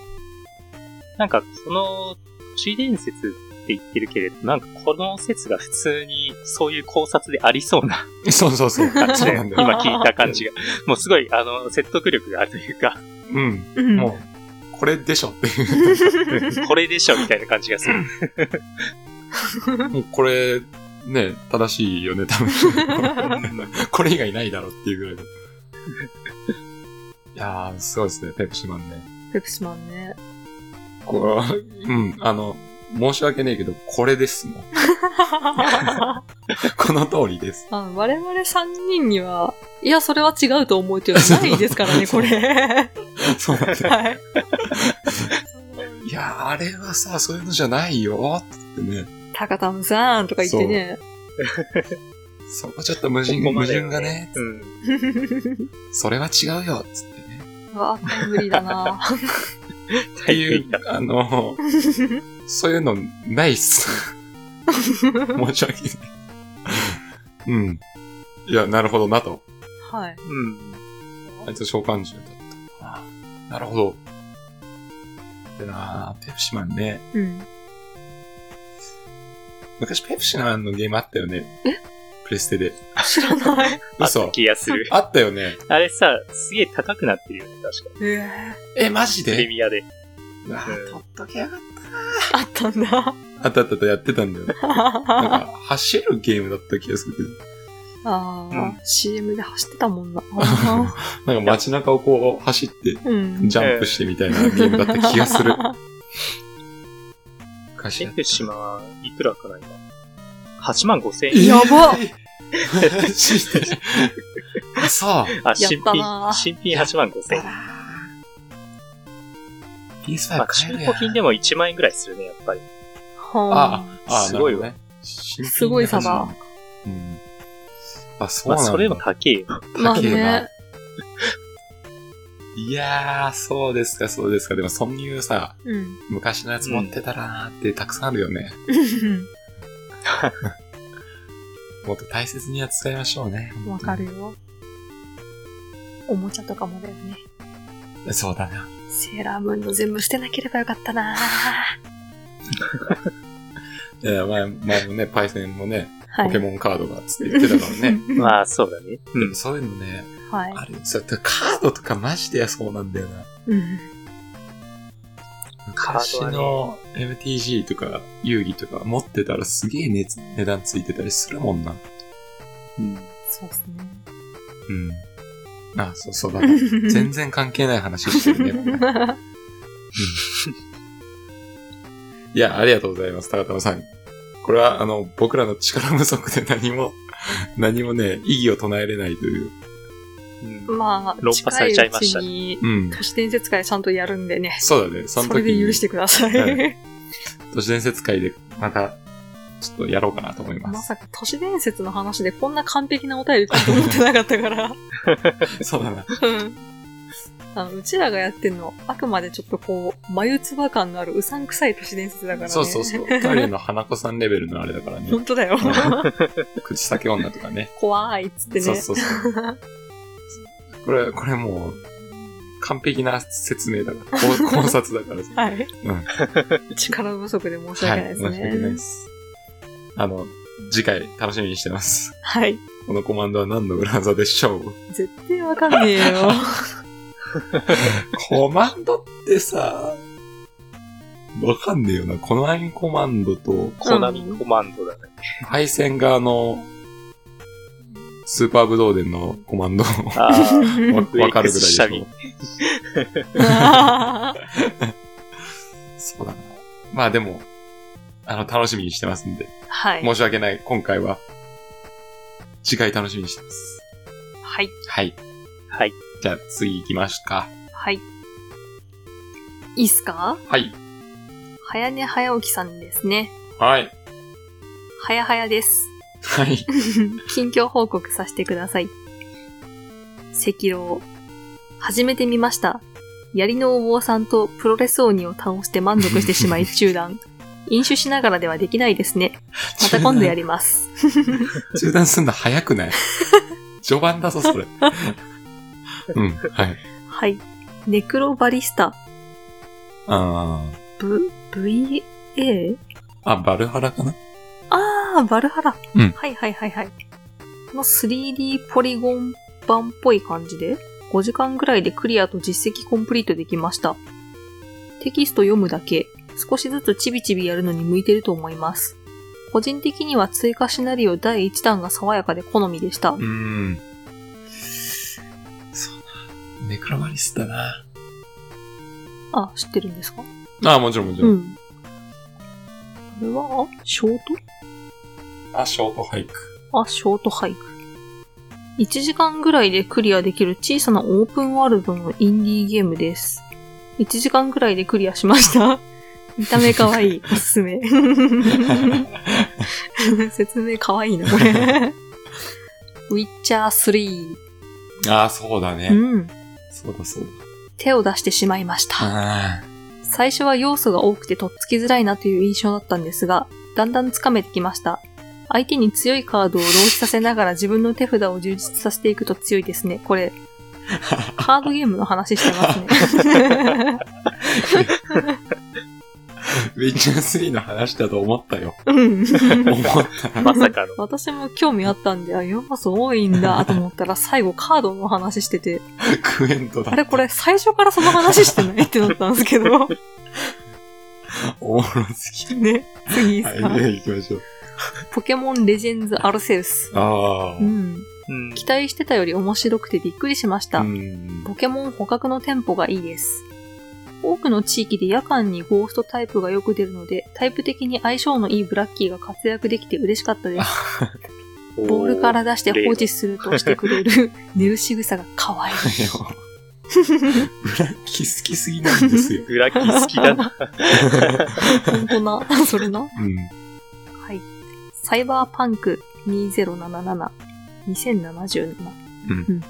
S3: なんかその都市伝説って言ってるけれど、なんかこの説が普通にそういう考察でありそうな
S2: そうそう *laughs* そう。
S3: 感じ
S2: そう
S3: で、
S2: なんだよ。
S3: *laughs* 今聞いた感じが。もうすごい、あの、説得力があるというか、
S2: うん。
S1: うん
S2: もう、これでしょっていう。
S3: これでしょみたいな感じがする。
S2: もうこれ、ね、正しいよね、多 *laughs* 分。これ以外ないだろうっていうぐらいの。いやー、すごいですね、ペプシマンね。
S1: ペプシマンね。 *laughs*
S2: こう、うん、あの、申し訳ねえけど、これですもん。
S1: あ
S2: この通りです。
S1: 我々3人には、いや、それは違うと思うっていうのはないです
S2: *laughs*
S1: からね、これ。
S2: そうなんだよ。
S1: はい。
S2: いやー、あれはさ、そういうのじゃないよ、ってね。
S1: タカタムさんとか言ってね。
S2: そこちょっと矛盾、
S3: ここ
S2: 矛
S3: まで
S2: 盾
S3: よ
S2: がね、
S3: うん。
S2: それは違うよ、つってね。
S1: うわ、無理だな。
S2: *laughs* っていう、あの、そういうのないっす。申し訳ない。うん。いや、なるほどなと。
S1: はい。
S3: うん。
S2: あいつ召喚獣だったのかな。なるほど。でなぁ、ペプシマンね。
S1: うん。
S2: 昔ペプシマンのゲームあったよね。プレステで。
S1: 知らない。
S3: あった
S2: 嘘。
S3: 気が
S2: *laughs*
S3: する。
S2: あったよね。
S3: あれさ、すげえ高くなってるよね、確か。
S1: ええ
S2: え、マジ
S3: プレ
S2: で
S3: ミアで。
S2: うわぁ取っとけやがっ
S1: あったんだ。
S2: た。あったあったあった、やって
S1: *laughs*
S2: たんだよ。なん
S1: あ
S2: か、走るゲームだった気がするけど。
S1: あー、CM で走ってたもん
S2: *laughs*
S1: な。
S2: なんか街中をこう走って、
S1: うん。
S2: ジャンプしてみたいなゲームだった気が
S1: *laughs*
S2: する。昔
S3: ペ
S2: やっ
S3: プシマン、いくらかな、今。8万5千円。
S1: や
S2: *laughs*
S1: ば
S2: マジであ、そう。
S3: あ、
S1: や
S3: 新
S1: ったな
S3: 品、新品8万5千円。ま
S2: *laughs* PS5
S3: あ、中
S2: 買えるやん
S3: 古品でも1万円ぐらいするね、やっぱり。
S1: は
S2: あ
S3: すご
S2: な
S3: いわ
S2: るほどね。
S1: すごい差だ
S2: うん。あ、そう
S3: まあ、
S2: なんだ。
S3: それも高えよ。
S1: あまあ
S2: 高えな
S1: ね。
S2: いやー、そうですか、そうですか。でも、そういうさ、
S1: うん。 *laughs*
S2: 昔のやつ持ってたらなーってたくさんあるよね。もっと大切に扱いましょうね。
S1: わかるよ。おもちゃとかもだよね。
S2: そうだな。
S1: セーラームーンの全部捨てなければよかったな。
S2: いや、前、前もね、パイセンもね、
S1: は
S2: ポケ
S1: い。
S2: モンカードがつって言ってたか
S1: *laughs*
S2: らね。
S3: まあ、そうだね。う
S2: で
S3: ん
S2: も。そういうのね、
S1: はい。
S2: あるよ。そうだからカードとかマジでそうなんだよな。
S1: うん。
S3: カー
S2: 昔
S3: ドはね
S2: の MTG とか遊戯とか持ってたらすげえ値値段ついてたりするもんな。
S1: そうですね。
S2: うん。あ、そうそうだ
S1: *laughs*
S2: から。全然関係ない話してるね。いや、ありがとうございます、高田さん。これは、あの、僕らの力不足で何
S1: *laughs*
S2: も、何もね、意義を唱えれないという。
S3: うん
S1: まあ、
S3: 論破さ
S1: 近い
S3: れちゃいうま
S1: ち
S3: したね
S1: に、
S2: うん。
S1: 都市伝説会ちゃんとやるんでね。
S2: そうだね。そ
S1: そ
S2: の
S1: れ
S2: 時
S1: で
S2: に
S1: 許してください。
S2: は都市伝説会で、また、ちょっとやろうかなと思いま。
S1: ますさか都市伝説の話でこんな完璧なお便り来ると思ってなかったから。
S2: そうだな。
S1: うん *laughs* あのうちらがやってるの、あくまでちょっとこう、眉唾感のあるうさんくさい都市伝説だからね。
S2: そうそうそう。トイレの花子さんレベルのあれだからね。
S1: *laughs* 本当だよ。
S2: 口先女とかね。
S1: 怖いっつってね。
S2: そうそうそう。これ、これもう、完璧な説明だから、考考察だ *laughs* からさ。
S1: はい。*laughs*
S2: う
S1: 力不足で申し
S2: は
S1: 訳
S2: い
S1: ない、で
S2: 申
S1: す
S2: し訳ない
S1: ね
S2: で。す。あの、次回楽しみにしてます。
S1: はい。
S2: このコマンドは何の裏技でしょう
S1: 絶対わかんねえ *laughs* よ。
S2: コマンドってさ、わかんねえよな。コナミコマンドと、
S3: コナミコマンドだね。
S2: 配線側の、スーパーブドウ伝のコマン *laughs* ドを
S3: ああ、
S2: わわかるぐらいでし
S3: 下
S2: ょ
S3: 見。
S2: そうだな。まあでも、あの、楽しみにしてますんで。
S1: はい。
S2: 申し訳ない。今回は、次回楽しみにしてます。
S1: はい。
S2: はい。
S3: はい。
S2: じゃあ次行きますか。
S1: はい。いいっすか
S2: はい。
S1: 早寝早起きさんですね。
S2: はい。
S1: 早早です。
S2: はい。
S1: 近況報告させてください。赤狼。始めてみました。槍のお坊さんとプロレス鬼を倒して満足してしまい中断。飲酒しながらではできないですね。また今度やります。
S2: *laughs* 中断すんの早くない *laughs* 序盤だぞ、そ *laughs* れ。うん、はい。
S1: はい。ネクロバリスタ。
S2: あー
S1: V、VA?
S2: あ、バルハラかな
S1: あー、バルハラ。
S2: うん
S1: はいはいはいはい。この 3D ポリゴン版っぽい感じで、5時間ぐらいでクリアと実績コンプリートできました。テキスト読むだけ、少しずつちびちびやるのに向いてると思います。個人的には追加シナリオ第1弾が爽やかで好みでした。
S2: うーん。そうな。ネクロマリスだな。
S1: あ、知ってるんですか
S2: あーもちろんもちろん。
S1: うん。これは、ショート
S2: あ、ショートハイク。
S1: あ、ショート俳句。1時間ぐらいでクリアできる小さなオープンワールドのインディーゲームです。1時間ぐらいでクリアしました。 *laughs* 見た目かわいい。おすすめ。 *laughs* 説明かわいいな、これ。ウィッチャー
S2: あーそうだ
S1: 3。
S2: ね。
S1: うん。
S2: そうだそう
S1: 手を出してしまいまし
S2: だ。
S1: た。
S2: あ
S1: 最初は要素が多くてとっつきづらいなという印象だったんですが、だんだんつかめてきました。相手に強いカードを浪費させながら自分の手札を充実させていくと強いですね。こ
S2: *laughs*
S1: れ、カードゲームの話してます
S2: *laughs*
S1: ね。
S2: ーウィッチャー3の話だと思った *laughs* よ。
S1: うん
S2: 思った。
S3: まさかの。
S1: 私も興味あったんで、あ、要素多いんだと思ったら最後カードの話してて、
S2: クエントだ。
S1: あれこれ最初からその話してないってなったんですけ
S2: *laughs*
S1: ど。
S2: おもろすぎ。
S1: ね、次いいで
S2: は
S1: す
S2: い、
S1: か、
S2: ね行きましょう。
S1: ポケモンレジェンズアルセウス。
S2: あ
S1: う
S2: ー
S1: ん。
S3: うん
S1: 期待してたより面白くてびっくりしました。
S2: うん。
S1: ポケモン捕獲のテンポがいいです。多くの地域で夜間にゴーストタイプがよく出るので、タイプ的に相性のいいブラッキーが活躍できて嬉しかったです。ボールから出して放置するとしてくれる寝る仕草が可愛い。
S2: いやブラッキー好きすぎなんですよ。
S3: グラキ好きだな。
S1: 本当な、それな。
S2: *laughs* うん。
S1: はい。サイバーパンク2077、2077。
S2: うん
S1: うん。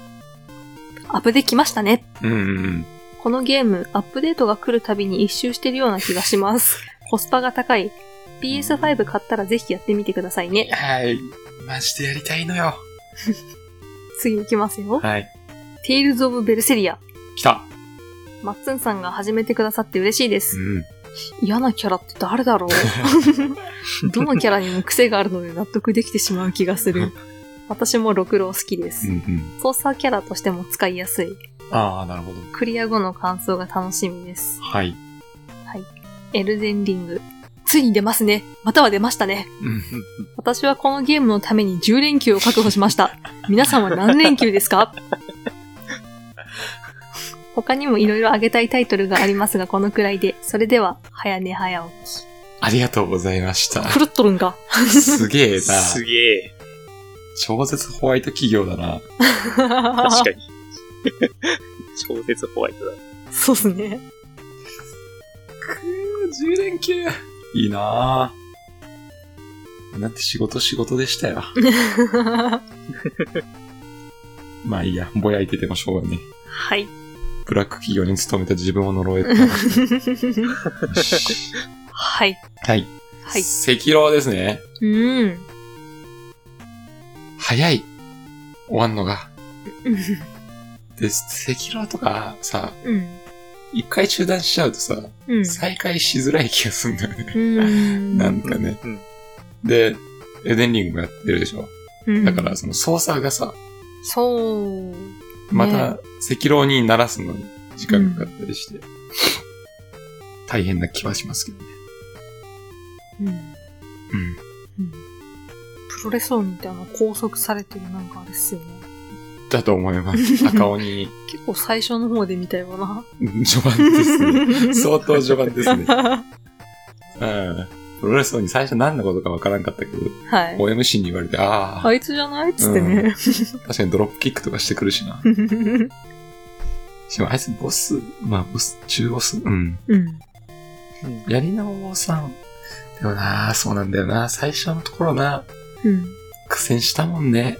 S1: アップできましたね。
S2: うんうんうん。
S1: このゲーム、アップデートが来るたびに一周してるような気がし
S2: *laughs*
S1: ます。コスパが高い。PS5 買ったらぜひやってみてくださいね。
S2: はい。マジでやりたいのよ。
S1: 次行きますよ。
S2: はい。
S1: テイルズ・オブ・ベルセリア。
S2: 来た。
S1: マッツンさんが始めてくださって嬉しいです。
S2: ん。
S1: 嫌なキャラって誰だろ
S2: *laughs*
S1: うどのキャラにも癖があるので納得できてしまう気がする。私も六郎好きで
S2: うんう
S1: す。
S2: ん。
S1: 操作キャラとしても使いやすい。
S2: ああ、なるほど。
S1: クリア後の感想が楽しみです。
S2: はい。
S1: エルゼンリング。ついに出ますね。または出ましたね。
S2: うん。
S1: 私はこのゲームのために10連休を確保しました。皆さんは何連休です
S2: *laughs*
S1: か他にもいろいろあげたいタイトルがありますが、このくらいで。それでは、早寝早起
S2: ありがとうございました。
S1: き。狂っとるんか。
S2: *laughs* すげえな。
S3: すげえ。
S2: 超絶ホワイト企業だな。
S3: 確かに。 *laughs* 超絶ホワイトだ。
S1: *laughs* そうっすね。 *laughs*
S2: くー、10連休。いいなぁ。なんて仕事仕事でしたよ。まあいいや、ぼやいててもしょうがねえ。 *laughs*
S1: はい。
S2: ブラック企業に勤めた自分を呪えた。 *laughs*
S1: はい。
S2: はい。
S1: はい。
S2: 赤狼ですね。
S1: うん。
S2: 早い。終わんのが。で、赤狼とかさ、
S1: うん。
S2: 一回中断しちゃうとさ、
S1: うん。
S2: 再開しづらい気がするんだよね。
S1: うん。
S2: なんかね。
S3: うん。
S2: で、エデンリングもやってるでしょ。
S1: うん
S2: だから、、その操作がさ、
S1: そう。
S2: ま
S1: ね
S2: た、赤狼にならすのに時間かかった
S1: *laughs*
S2: りして、大変な気はしますけどね。
S1: うん
S2: うん。
S1: *laughs* うんプロレス鬼ってあの拘束されてるなんかあれっすよね。
S2: だと思います。赤鬼、
S1: 結構最初の方で見たような。
S2: うん序盤ですね。相当序盤ですね。うん。プロレスに最初何のことかわからんかったけど、
S1: *laughs* はい。
S2: OMC に言われて、ああ、
S1: あいつじゃないっつってね。
S2: 確かにドロップキックとかしてくるしな。しかもあいつボス、まあボス、中ボス、うん。
S1: うん。
S2: やりなお坊さん。でもなあ、そうなんだよな。最初のところな、苦戦したもんね。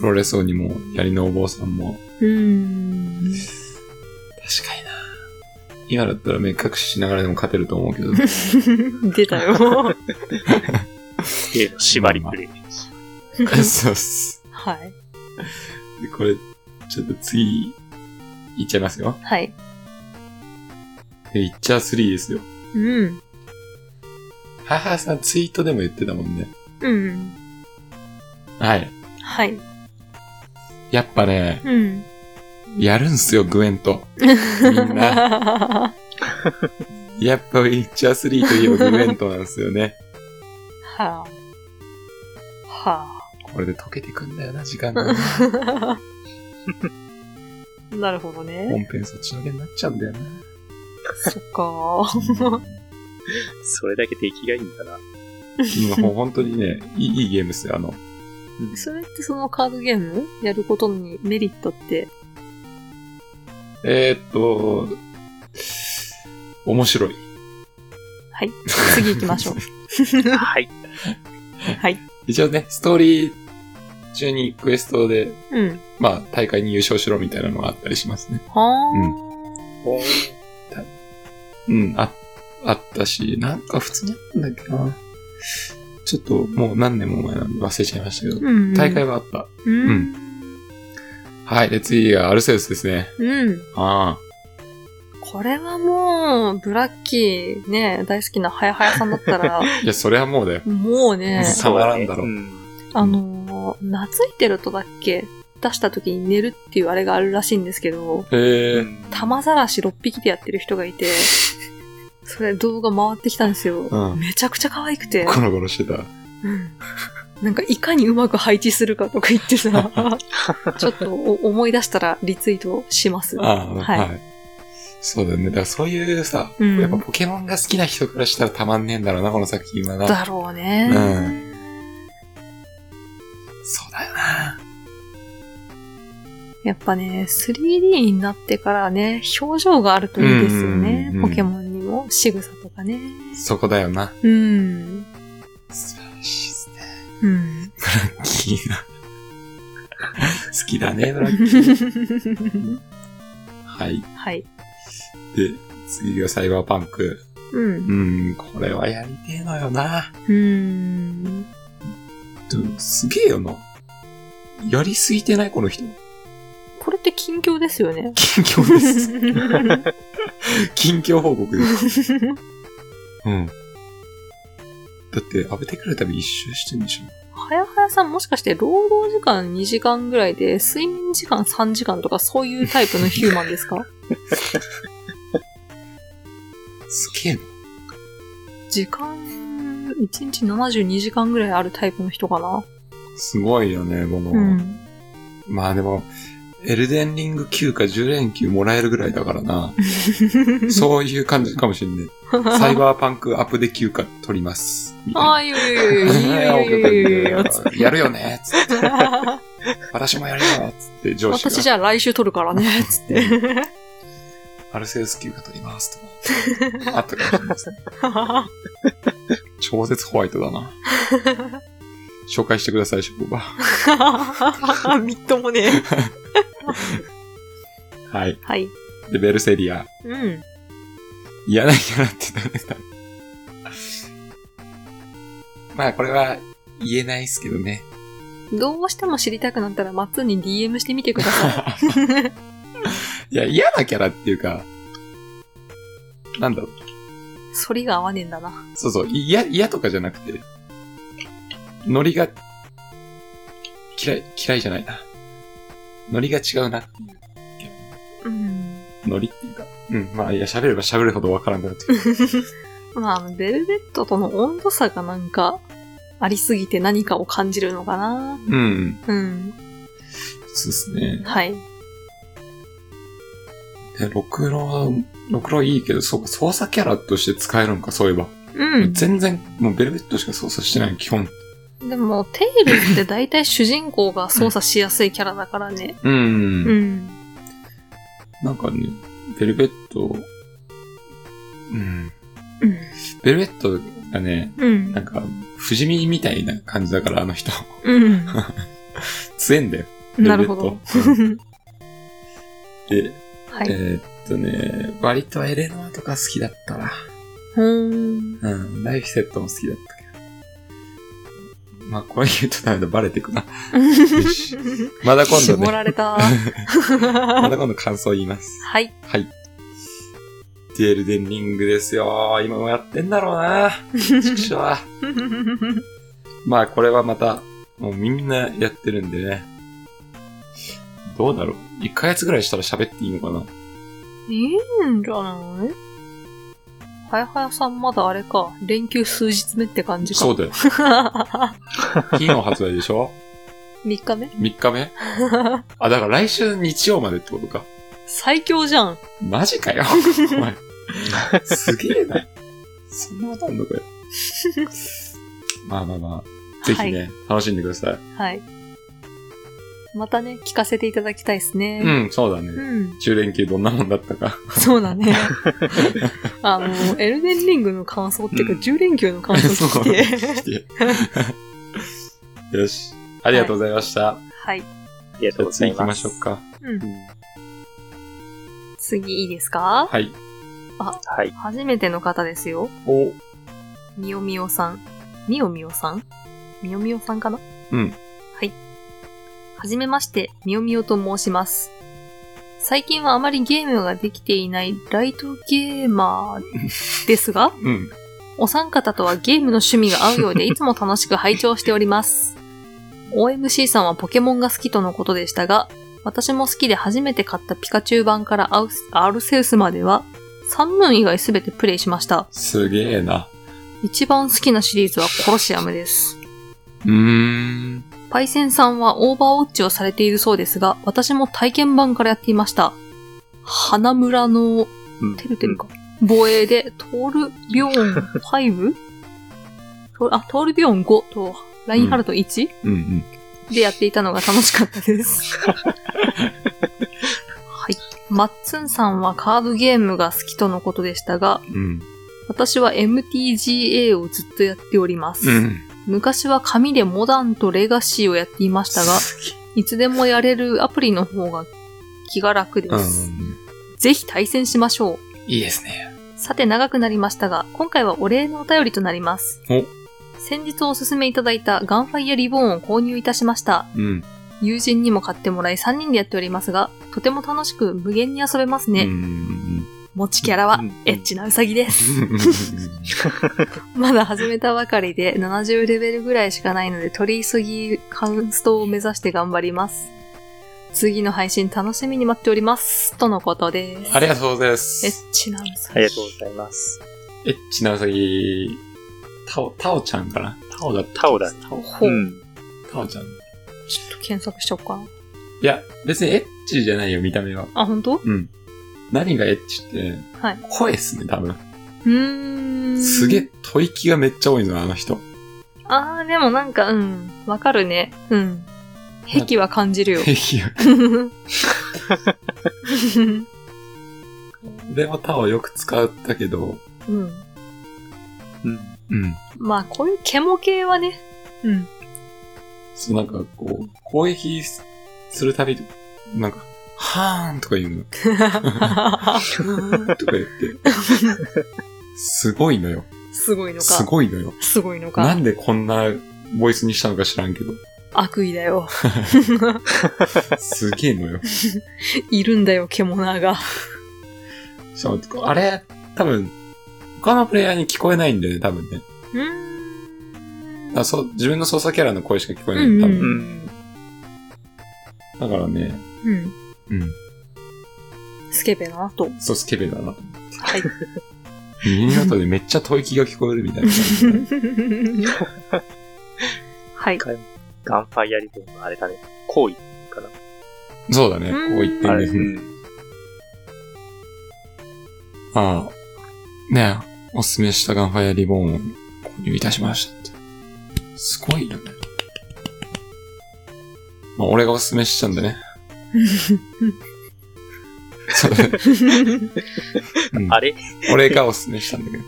S2: プロレス鬼も、槍のお坊さんも。
S1: うーん。
S2: 確かにな。今だったら目隠ししながらでも勝てると思うけど。
S1: *laughs* 出た
S2: *laughs*
S1: よ。
S3: ゲーム縛りプレイ。
S2: そうっす。
S1: はい。
S2: でこれ、ちょっと次、いっちゃいますよ。
S1: はい。
S2: でいっちゃう3ですよ。
S1: うん。
S2: 母さんツイートでも言ってたもんね。
S1: うん。
S2: はい。
S1: はい。
S2: やっぱね、
S1: うん。
S2: やるんすよ、グエンと。
S1: *laughs*
S2: んやっぱウィッチャー3といえばグエントなんですよね。
S1: はあ。 *laughs* は
S2: *laughs* これで溶けてくんだよな、時間 *laughs* が。
S1: あ。なるほどね。
S2: 本編そっちのけになっちゃうんだよな。
S1: そっか。
S3: それだけ出来がいいんだな。
S2: もう本当にね、いいいいゲームっすよ、あの。
S1: *laughs* それってそのカードゲームやることにメリットって。
S2: えー、っと、面白い。
S1: はい。次行きましょう。
S2: *laughs*
S3: はい。
S1: はい。
S2: 一応ね、ストーリー中にクエストで、
S1: うん。
S2: まあ、大会に優勝しろみたいなのがあったりしますね。
S1: は
S3: おー
S2: うん、あ、あったし、なんか普通にあったんだっけな。ちょっともう何年も前なんで忘れちゃいましたけ
S1: あ。
S2: ど、
S1: うん。
S2: 大会
S1: は。
S2: はあった。
S1: うん。
S2: はい、で、次がアルセウスですね。
S1: うん。
S2: あ
S1: これはもう、ブラッキーね、大好きなハヤハヤさんだった
S2: *laughs*
S1: ら、
S2: あ。いや、それはもうだよ。
S1: もうね、
S2: たまらんだろ
S3: う
S2: う
S1: あのー、懐いてるとだっけ出した時に寝るっていうあれがあるらしいんですけど、
S2: へえ。
S3: ん
S1: 玉ざらし6匹でやってる人がい
S2: *laughs*
S1: て、それ動画回ってきたんですよ。
S2: うん。
S1: めちゃくちゃ可愛くて、
S2: ゴロゴロしてた。
S1: うん *laughs* なんかいかにうまく配置するかとか言って
S2: *laughs*
S1: さ、ちょっとお思い出したらリツイートします。
S2: ああ、
S1: はい
S2: はい。そうだよね。だからそういうさ、
S1: うん
S2: やっぱポケモンが好きな人からしたらたまんねえんだろうな、この作品はな。
S1: だろうね。
S2: うんそうだよな。
S1: やっぱね、3D になってからね、表情があるといいですよね。
S2: うんうんうんう
S1: ポ
S2: ん
S1: ケモンにも、仕草とかね。
S2: そこだよな。
S1: うん。
S2: 素晴らしいですね。
S1: うん。 *laughs*
S2: ラッキーな。 *laughs* 好きだね、ブラッキー。はい。
S1: はい。
S2: で、次がサイバーパンク。
S1: うん。
S2: うん、これはやりてえのよな。
S1: うん。
S2: でもすげえよな。やりすぎてないこの人。
S1: これって近況ですよね。
S2: 近
S1: *laughs*
S2: 況です。近況報告で
S1: *laughs*
S2: す。うん。だって、アブテクるたび一周してんでしょ
S1: はやはやさんもしかして労働時間2時間ぐらいで睡眠時間3時間とかそういうタイプのヒューマンです *laughs* か
S2: すげえな。
S1: 時間、1日72時間ぐらいあるタイプの人かな
S2: すごいよね、この。
S1: うん。
S2: まあでも、エルデンリング9か10連休もらえるぐらいだか
S1: *laughs*
S2: らな。そういう感じかもしんね。サイバーパンクアップで9か取ります。みたいな
S1: ああ、いいよいいよいいよいいよいいよいいよい *laughs* いよいいよ。
S2: *laughs* やるよねつって私もやるよつって上司
S1: 私じ
S2: が
S1: ゃあ来週撮るからね、つって。
S2: アルセウス級が取りますとかあったかもしれないで
S1: *laughs*
S2: すね超絶ホワイトだな紹介してください職場
S1: *laughs* みっともね。
S2: はい
S1: はい。
S2: でベルセリア
S1: うん。
S2: 嫌なキャラって誰だまあこれは言えないですけどね
S1: どうしても知りたくなったら、マッツンに DM してみてくだ *laughs* さい。
S2: いや嫌なキャラっていうかなんだろう
S1: 反りが合わねえんだな。
S2: そうそう嫌嫌とかじゃなくてノリが嫌い嫌いじゃないなノリが違うなってい
S1: う
S2: う
S1: ん。
S2: ノリっていうか。うん、まあ、いや、喋れば喋るほどわからんくなってく *laughs* る。
S1: まあ、ベルベットとの温度差がなんか、ありすぎて何かを感じるのかな。
S2: うん。
S1: うん。
S2: そうですね。
S1: はい。
S2: で、ろくろ、ろくろいいけど、そうか、操作キャラとして使えるんか、そういえば。
S1: うん。
S2: 全然、もうベルベットしか操作してない、基本。
S1: でも、テイルズって大体主人公が操作しやすいキャラだからね。
S2: うん。
S1: うん。
S2: なんかね、ベルベット、うん。
S1: うん。
S2: ベルベットがね、
S1: うん
S2: な。んか、不死身みたいな感じだから、あの人。
S1: うん。
S2: 強えんだよ。 *laughs*
S1: なるほど。
S2: で、
S1: はい。
S2: えーっとね、割とエレノアとか好きだったな。
S1: ほーん。
S2: うん、ライフセットも好きだったけど。まあ、これ言うとダメだ、バレてくな。 *laughs* しまだ今度
S1: 絞
S2: ね、
S1: られ
S2: *laughs*
S1: た。
S2: ま
S1: は
S2: だ今度感想言います。 *laughs*
S1: い。
S2: はい。デエルデンリングですよ。今もやってんだろうな。畜
S1: *laughs*
S2: 生は。まあ、これはまた、もうみんなやってるんでね。どうだろう。1ヶ月ぐらいしたら喋っていいのかない
S1: いんじゃないはやはやさんまだあれか、連休数日目って感じか。 *laughs*
S2: そうだよ。
S1: 3
S2: 金曜発売でしょ
S1: 日目
S2: ?3 日 *laughs* 目あ、だから来週日曜までってことか。
S1: 最強じゃん。
S2: マジか *laughs* よ。お前。すげえな。そんなことあんの *laughs* かよ。まあまあまあ。ぜひね、楽しんでください。
S1: はい。またね、聞かせていただきたいです
S2: う
S1: ね。
S2: ん、そうだね。
S1: うん。
S2: 中連休どんなもんだった *laughs* か。
S1: そうだね。あの、エルデンリングの感想っていうか、
S2: うん
S1: 10連休の感想聞
S2: *laughs*
S1: いて。
S2: よし。ありがとうございました。
S1: *laughs* はい。
S3: ありが
S2: じ
S3: と
S2: ゃあ
S3: うござ
S2: 次
S3: い
S2: 行きま
S3: ます。
S2: しょうか。
S1: うん
S2: うん
S1: 次いいですか
S2: はい。
S3: はい。
S1: 初めての方ですよ。
S2: お、
S1: みよみよさん。みよみよさんみよみよさんかな
S2: うん。
S1: はい。はじめまして、みよみよと申します。最近はあまりゲームができていないライトゲーマーですが、
S2: うん。
S1: お三方とはゲームの趣味が合うようでいつも楽しく拝聴しております。OMC さんはポケモンが好きとのことでしたが、私も好きで初めて買ったピカチュウ版からアウスアルセウスまでは、サンムーン以外すべてプレイしました。
S2: すげえな。
S1: 一番好きなシリーズはコロシアムです。
S2: うーん。
S1: パイセンさんはオーバーウォッチをされているそうですが、私も体験版からやっていました。花村の
S3: うん
S1: てるてるか。防衛で、トールビョーン 5? トールあ、トールビョーン5と、ラインハルト1、
S2: うんうん。
S1: でやっていたのが楽しかった
S2: *laughs*
S1: です。はい。マッツンさんはカードゲームが好きとのことでしたが、
S2: うん。
S1: 私は MTGA をずっとやっております。
S2: うん。
S1: 昔は紙でモダンとレガシーをやっていましたが、いつでもやれるアプリの方が気が楽で
S2: うん
S1: す。ぜひ対戦しましょう。
S2: いいですね。
S1: さて長くなりましたが、今回はお礼のお便りとなります。
S2: お
S1: 先日おすすめいただいたガンファイアリボーンを購入いたしました。
S2: うん。
S1: 友人にも買ってもらい3人でやっておりますが、とても楽しく無限に遊べます
S2: うん
S1: ね。
S2: うん
S1: 持ちキャラは
S3: うん
S1: エッチなウサギです。
S2: うん。
S1: まだ始めたばかりで70レベルぐらいしかないので取り急ぎカウントを目指して頑張ります。次の配信楽しみに待っております。とのことです。
S2: *laughs* ありがとうございま
S1: エ
S2: す。
S1: ッチなウサ
S3: あ
S1: ギ。
S3: りがとうございます。
S2: エッチなウサギ、タオ、タオちゃんかなタオだった。
S3: タオだね。
S2: タオ、
S1: ほ
S3: う。
S1: うん
S2: タオちゃん。い
S1: ちょっと検索しちゃおうかな。
S2: や、別にエッチじゃないよ、見た目は。
S1: あ、本当？う
S2: うん。何がエッチって、
S1: はい
S2: 声っすね、多分。
S1: ーん。
S2: すげえ、。吐息がめっちゃ多いの、あの人。
S1: あー、でもなんか、うん。わかるね。うん。癖は感じるよ。
S2: いや、俺もタオよく使ったけど、
S1: *laughs* うん。
S3: うん。
S2: うん。
S1: まあ、こういうケモ系はね。
S2: *laughs*
S1: うん。 *laughs*
S2: そう、なんかこう、攻撃するたび、なんか、はーんとか言うの、とか言
S1: *laughs*
S2: って。すごいのよ。
S1: すごいのか。
S2: すごいのよ。
S1: すごいの
S2: な
S1: か。
S2: んでこんなボイスにしたのか知らんけど、
S1: 悪意だよ。
S2: すげえのよ。
S1: いるんだよ、獣が。
S2: しかも、あれ、多分、他のプレイヤーに聞こえないんだよね、多分ね。
S1: うーん
S2: あそう自分の操作キャラの声しか聞こえないんだ、多
S1: う
S2: 分。
S3: ん。
S2: だからね、
S1: うん。
S2: うん。
S1: スケベなと。
S2: そう、スケベだな。 *laughs*
S1: はい。
S2: 耳元でめっちゃ吐息が聞こえるみたいな感じで。
S1: はい。
S3: ガンファイアリボンのあれだね。行為。
S2: そうだね、こう言って
S3: あ
S2: る
S3: れ。
S2: ね。うん
S3: うん。
S2: ああ、ねえ、おすすめしたガンファイアリボンを購入いたしましたって。すごいよね。まあ、俺がおすすめしたん
S1: *laughs*
S2: でね。そうだね。うん
S3: あれ
S2: 俺がおすすめしたんだけど。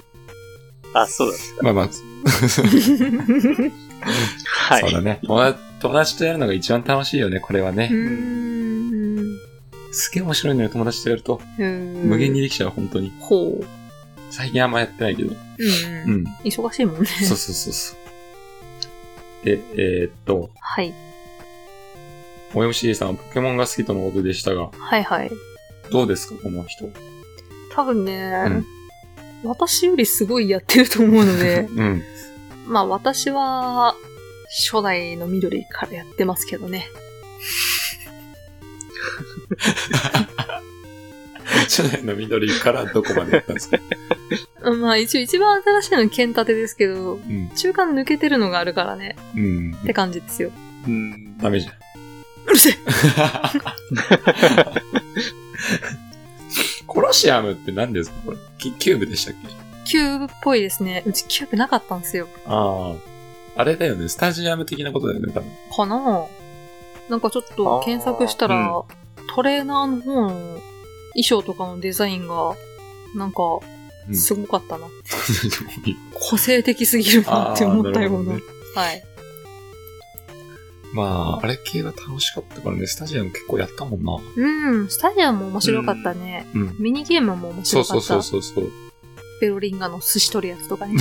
S3: あ、そうだ。
S2: まあ
S1: *laughs*
S2: まあ、
S3: は
S2: そう
S3: い。
S2: だね友達。友達とやるのが一番楽しいよね、これはね
S1: *laughs* う。ーん。
S2: すげえ面白いのよ、友達とやると。
S1: 無
S2: 無限に。できちゃう、本当に。
S1: ほう。うん
S2: 最近あんまやってないけど。
S1: うん。
S2: うん。
S1: 忙しいもんね。
S2: そうそうそうそう。で、えーっと、
S1: はい。
S2: OMC さんはポケモンが好きとのことでしたが、
S1: はいはい。
S2: どうですか、この人。
S1: 多分ね、
S2: うん
S1: 私よりすごいやってると思うので、 *laughs*
S2: うん。
S1: まあ私は、初代の緑からやってますけどね。
S2: 初代の緑からどこまでやったんですか
S1: うんまあ一応一番新しいの剣立てですけど、
S2: *laughs* うん。
S1: 中間抜けてるのがあるからね、
S2: うん。
S1: って感じですよ。
S3: うん。
S2: ダメじゃん。
S1: うるせえ
S2: コロシアムって何ですかこれキキューブでしたっけ
S1: キューブっぽいですね。うちキューブなかったんですよ。
S2: ああ。あれだよね。スタジアム的なことだよね、多分。
S1: かななんかちょっと検索したら、
S3: あ
S1: トレーナーの方の衣装とかのデザインが、なんか、
S2: うん
S1: すごかったな。個性的すぎるなって思ったような。
S2: あーなるほどね
S1: はい。
S2: *laughs* まあ、あれ系は楽しかったからね。スタジアム結構やったもんな。
S1: うん、スタジアムも面白かったね。
S2: うん。
S1: ミニゲームも面
S2: そ
S1: 白
S2: う
S1: かった。
S2: そうそうそうそう。
S1: ベロリンガの寿司取るやつとか
S2: *laughs*
S1: ね。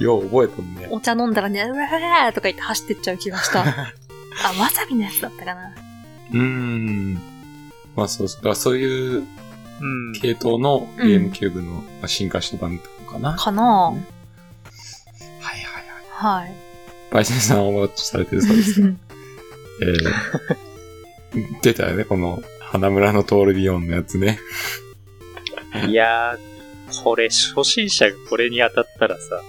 S2: よう覚えたんね。
S1: お茶飲んだらね、うわーとか言って走ってっちゃう気がした。あ、わさびのやつだったかな。
S2: *laughs* うーん。まあそうそう。だからそういう
S3: うん。
S2: 系統のゲームキューブのまあ進化した版とかかな。
S1: かな
S2: はいはいは
S1: ぁ。は
S2: い。
S1: い。
S2: バイセンさんはお待ちされてる
S3: *laughs*
S2: そうですね。えー、出たよね、この、花村のトールビヨンのやつね。
S3: いやー、これ、初心者がこれに当たったらさ、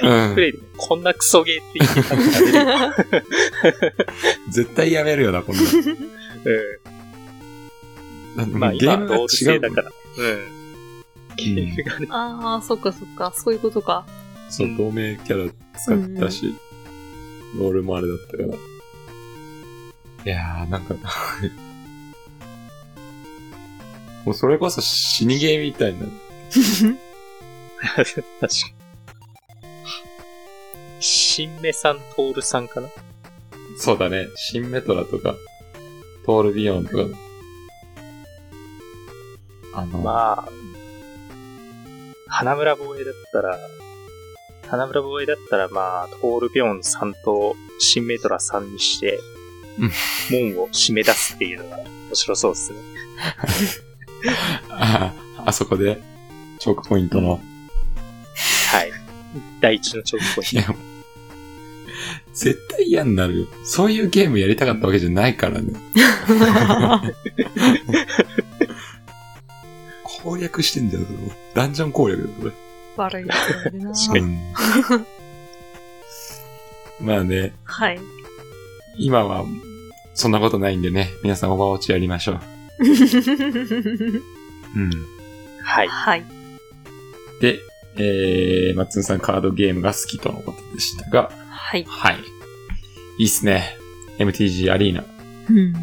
S3: クイックプレイでこんなクソゲーって言ってたんだね。
S2: 絶対やめるよな、こんな *laughs*
S3: う
S2: の。
S3: ん。 *laughs* まあ、
S2: ゲ
S3: 今
S2: ー
S3: は
S2: ムが違
S3: 同時性
S2: う
S3: だ
S2: もん
S3: から。うん。ゲームがね。
S1: *laughs* ああ、そっかそっか、そういうこと
S2: *laughs*
S1: か。
S2: そう、同盟キャラ使ったし、ロールもあれだったから。いやー、なんか、もうそれこそ死にゲーみたいな。
S3: 確かに。新芽さん、トールさんかな
S2: そうだね、シンメトラとか、トールビヨンとか。あの、
S3: まあ、花村防衛だったら、花村防衛だったら、まあ、トールビョンさんとシンメトラさんにして
S2: うん、
S3: 門を締め出すっていうのが面白そうですね。
S2: あ、 *laughs* あそこで、チョークポイントの、
S3: はい。第一のチョークポイ
S2: い
S3: ン
S2: や、絶対嫌になるよ。そういうゲームやりたかったわけじゃないからね。攻略してんだよ、それもダンジョン攻略だよ、これ。
S1: 悪いやつなんでな。
S3: 確かに
S2: うん *laughs* まあね、 *laughs*
S1: はい。
S2: 今は、そんなことないんでね、皆さんオーバーウォッチやりましょう。うん。 *laughs*
S3: ト。はい。
S1: はい。
S2: で、えー、マッツンさんカードゲームが好きとのことでしたが、
S1: はい。
S2: はい。いいっすね。MTG アリーナ。
S1: うん。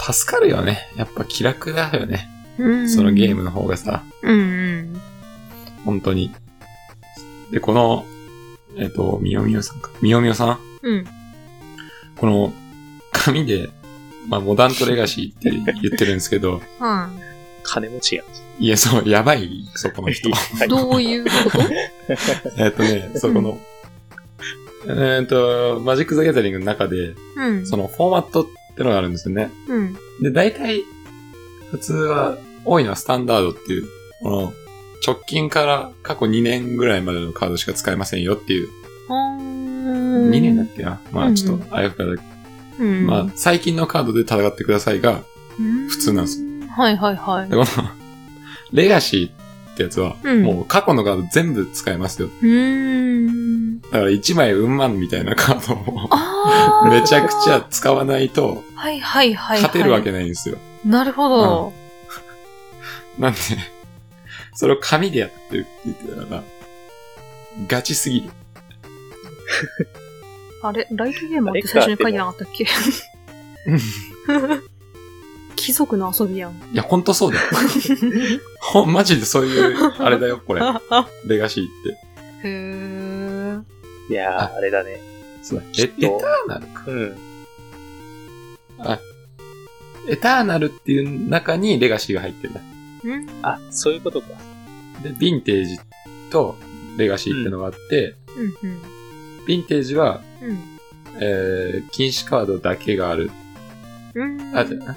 S2: 助かるよね。やっぱ気楽だよね。
S1: うん
S2: そのゲーム。の方がさ、
S1: うん
S2: 本当に。で、この、えっ、と、みよみよさんか。みよみよさん
S1: うん。うん。
S2: この、紙で、まあ、モダンとレガシーって言ってるんですけど、 *laughs*
S1: う
S3: 金持ちや。
S2: いや、そう、やばい、そこの人。
S3: は
S1: ん。どういうこと
S2: えっとね、そこの、えっと、マジック・ザ・ギャザリングの中で、
S1: うん。
S2: そのフォーマットってのがあるんですよね。
S1: うん。
S2: で、大体、普通は、多いのはスタンダードっていう、この、直近から過去2年ぐらいまでのカードしか使えませんよっていう、
S1: 2
S2: 2年だっけな。まあ、ちょっ
S1: う
S2: と、あやふやだけど
S1: うん。
S2: まあ、最近のカードで戦ってくださいが、
S1: 普
S2: 普通なんです
S1: よ。はいはいはい
S2: で。この、レガシーってやつは、
S1: うん
S2: もう過去のカード全部使えますよ。
S1: うーん。
S2: だから1枚うんまんみたいなカードを、
S1: あー
S2: めちゃくちゃ。使わないと、
S1: はいはいはいはい。
S2: 勝てるわけないんですよ。
S1: なるほど。
S2: なんで、それを紙でやってるって言ってたから、ガチすぎる。 *laughs*
S1: あれ、ライトゲーマーって最初に書いてなかったっけ貴族の遊びやん。
S2: いや、ほんとそう
S1: *laughs*
S2: だよ。ほん、マジでそういう、あれだよ、
S1: *laughs*
S2: これ。レガシーっ
S1: へ
S2: て。
S1: ー。
S3: いやー、
S2: あ
S3: あれだね。
S2: そうだ
S3: きっ
S2: エ
S3: と
S2: エターナルか。
S3: うん。
S2: エターナルっていう中にレガシーが入ってんだ。
S1: うん
S3: あ、そういうことか。
S2: で、ヴィンテージとレガシーってのがあって、
S1: うんうん。
S2: ヴィンテージは、
S1: うん。
S2: えー、禁止カードだけがある。
S1: うん。
S2: あ、じゃ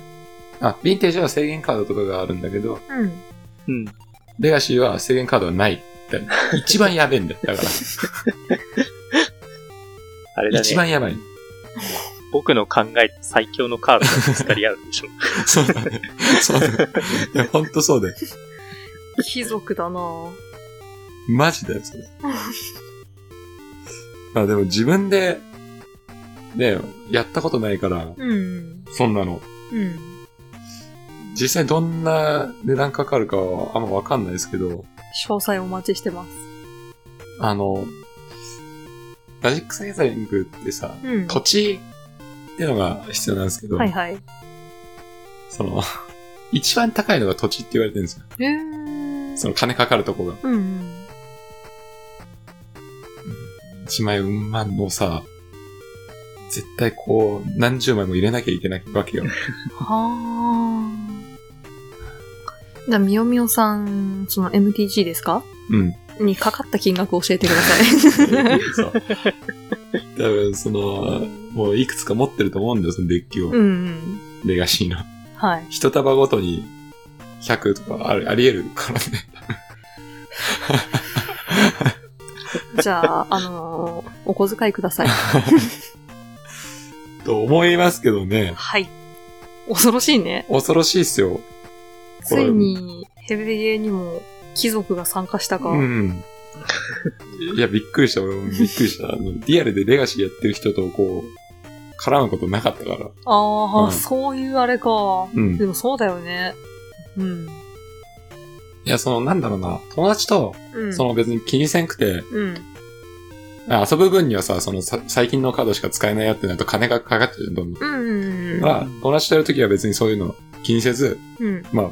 S2: あ、ヴィンテージは制限カードとかがあるんだけど、
S1: うん。
S3: うん。
S2: レガシーは制限カードはない。だから一番やべえんだよ。だか
S1: *laughs*
S3: あれ
S2: ら、
S3: だ
S2: 一
S3: ね。
S2: 番やばい。
S3: 僕の考えた最強のカードがぶつかり合うんでしょ。
S2: そうだね。そうだね。いや、ほんとそうだよ。
S1: 貴族だなぁ。
S2: マジだよ、
S1: *laughs*
S2: それ。あ、でも自分で、ね、やったことないから、
S1: うん。
S2: そんなの。
S1: うん。
S2: 実際どんな値段かかるかはあんまわかんないですけど、
S1: 詳細お待ちしてます。
S2: あの、マジックサイザリングってさ、
S1: うん。
S2: 土地ってのが必要なんですけど、
S1: はいはい。
S2: その、 *laughs* 一番高いのが土地って言われてるんですよ。
S1: へー。
S2: その金かかるとこが。
S1: うんうん。
S2: 一枚うんまんのさ、絶対こう、何十枚も入れなきゃいけないわ
S1: *laughs*
S2: けよ。
S1: はー。じゃあ、みよみよさん、その MTG ですか
S2: うん。
S1: にかかった金額を教えてください。
S2: そう多分、そ *laughs* の、もういくつか持ってると思うんだよ、そのデッキ
S1: う
S2: を。
S1: んうん。
S2: レガシーの。
S1: はい。
S2: 一束ごとに100とかありあり得るからね。
S1: じゃあ、あのーお小遣いください。
S2: と思いますけどね。
S1: はい。恐ろしいね。
S2: 恐ろしいっすよ。こ
S1: つ
S2: れ
S1: いに、ヘビゲーにも貴族が参加したか。
S2: うん。いや、びっくりした。俺もびっくりした。あのリアルでレガシーやってる人とこう、絡むことなかったから。
S1: ああ、
S2: うん
S1: そういうあれか。
S2: うん。
S1: で
S2: い
S1: もそうだよね。うん。
S2: や、その、なんだろうな。友達と、
S1: うん。
S2: その別に気にせんくて、
S1: うん。
S2: あ遊ぶ分にはさ、そのさ最近のカードしか使えないよってなると金がかかっちゃうじゃん、どんどん。
S1: うんうんうん。
S2: まあ、友達とやるときは別にそういうの気にせず、
S1: うん。
S2: まあ、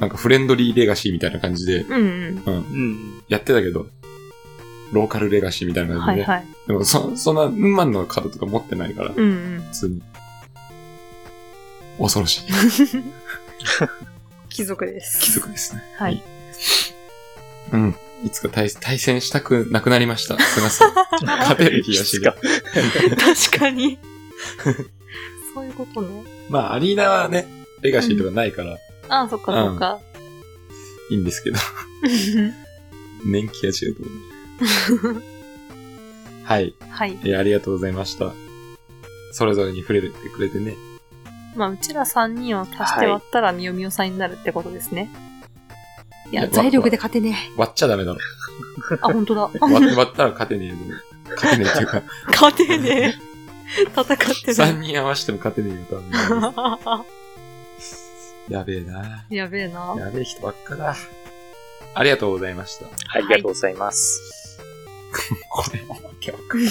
S2: なんかフレンドリーレガシーみたいな感じで
S1: うんうん。
S3: うん。
S2: やってたけど、ローカルレガシーみたいな
S1: は
S2: 感じ
S1: い
S2: で、
S1: はい。
S2: でもそ、そんな、うんまんのカードとか持ってないか
S1: う
S2: ら、
S1: んうん。 *laughs*
S2: 普通に。恐ろしい。
S1: 貴族です。
S2: 貴族ですね。
S1: はい。
S2: うん。いつか対対戦したくなくなりま *laughs* した。すいません。
S1: *laughs*
S2: 勝てる気がし
S3: いつ
S2: て
S3: か。
S1: 確かに。そういうことね。
S2: まあ、アリーナはね、レガシーとかないから、
S1: ああ、そっかそっか。
S2: いいんですけど、年季が違うと思う。はい。
S1: *laughs* はい。
S2: えーありがとうございました。それぞれに触れてくれてね。
S1: まあ、うちら3人を足して割ったらみよみよさんになるってことですね。いや、財力で勝てね
S2: 割っちゃダメだろ。
S1: え。あ、本当
S2: *laughs*
S1: だ。
S2: 割割ったら勝てねえぞ。勝てねえって *laughs* いうか、
S1: 勝て
S2: *laughs*
S1: ねえ。戦って
S2: 3
S1: な
S2: 人合わせても勝てねえよ、多分。
S1: い。
S2: やべえな。
S1: *laughs* やべえな。
S2: やべえ人ばっかだ。ありがとうございました。
S3: ありがとうございます。
S2: これ、わけわかん
S1: い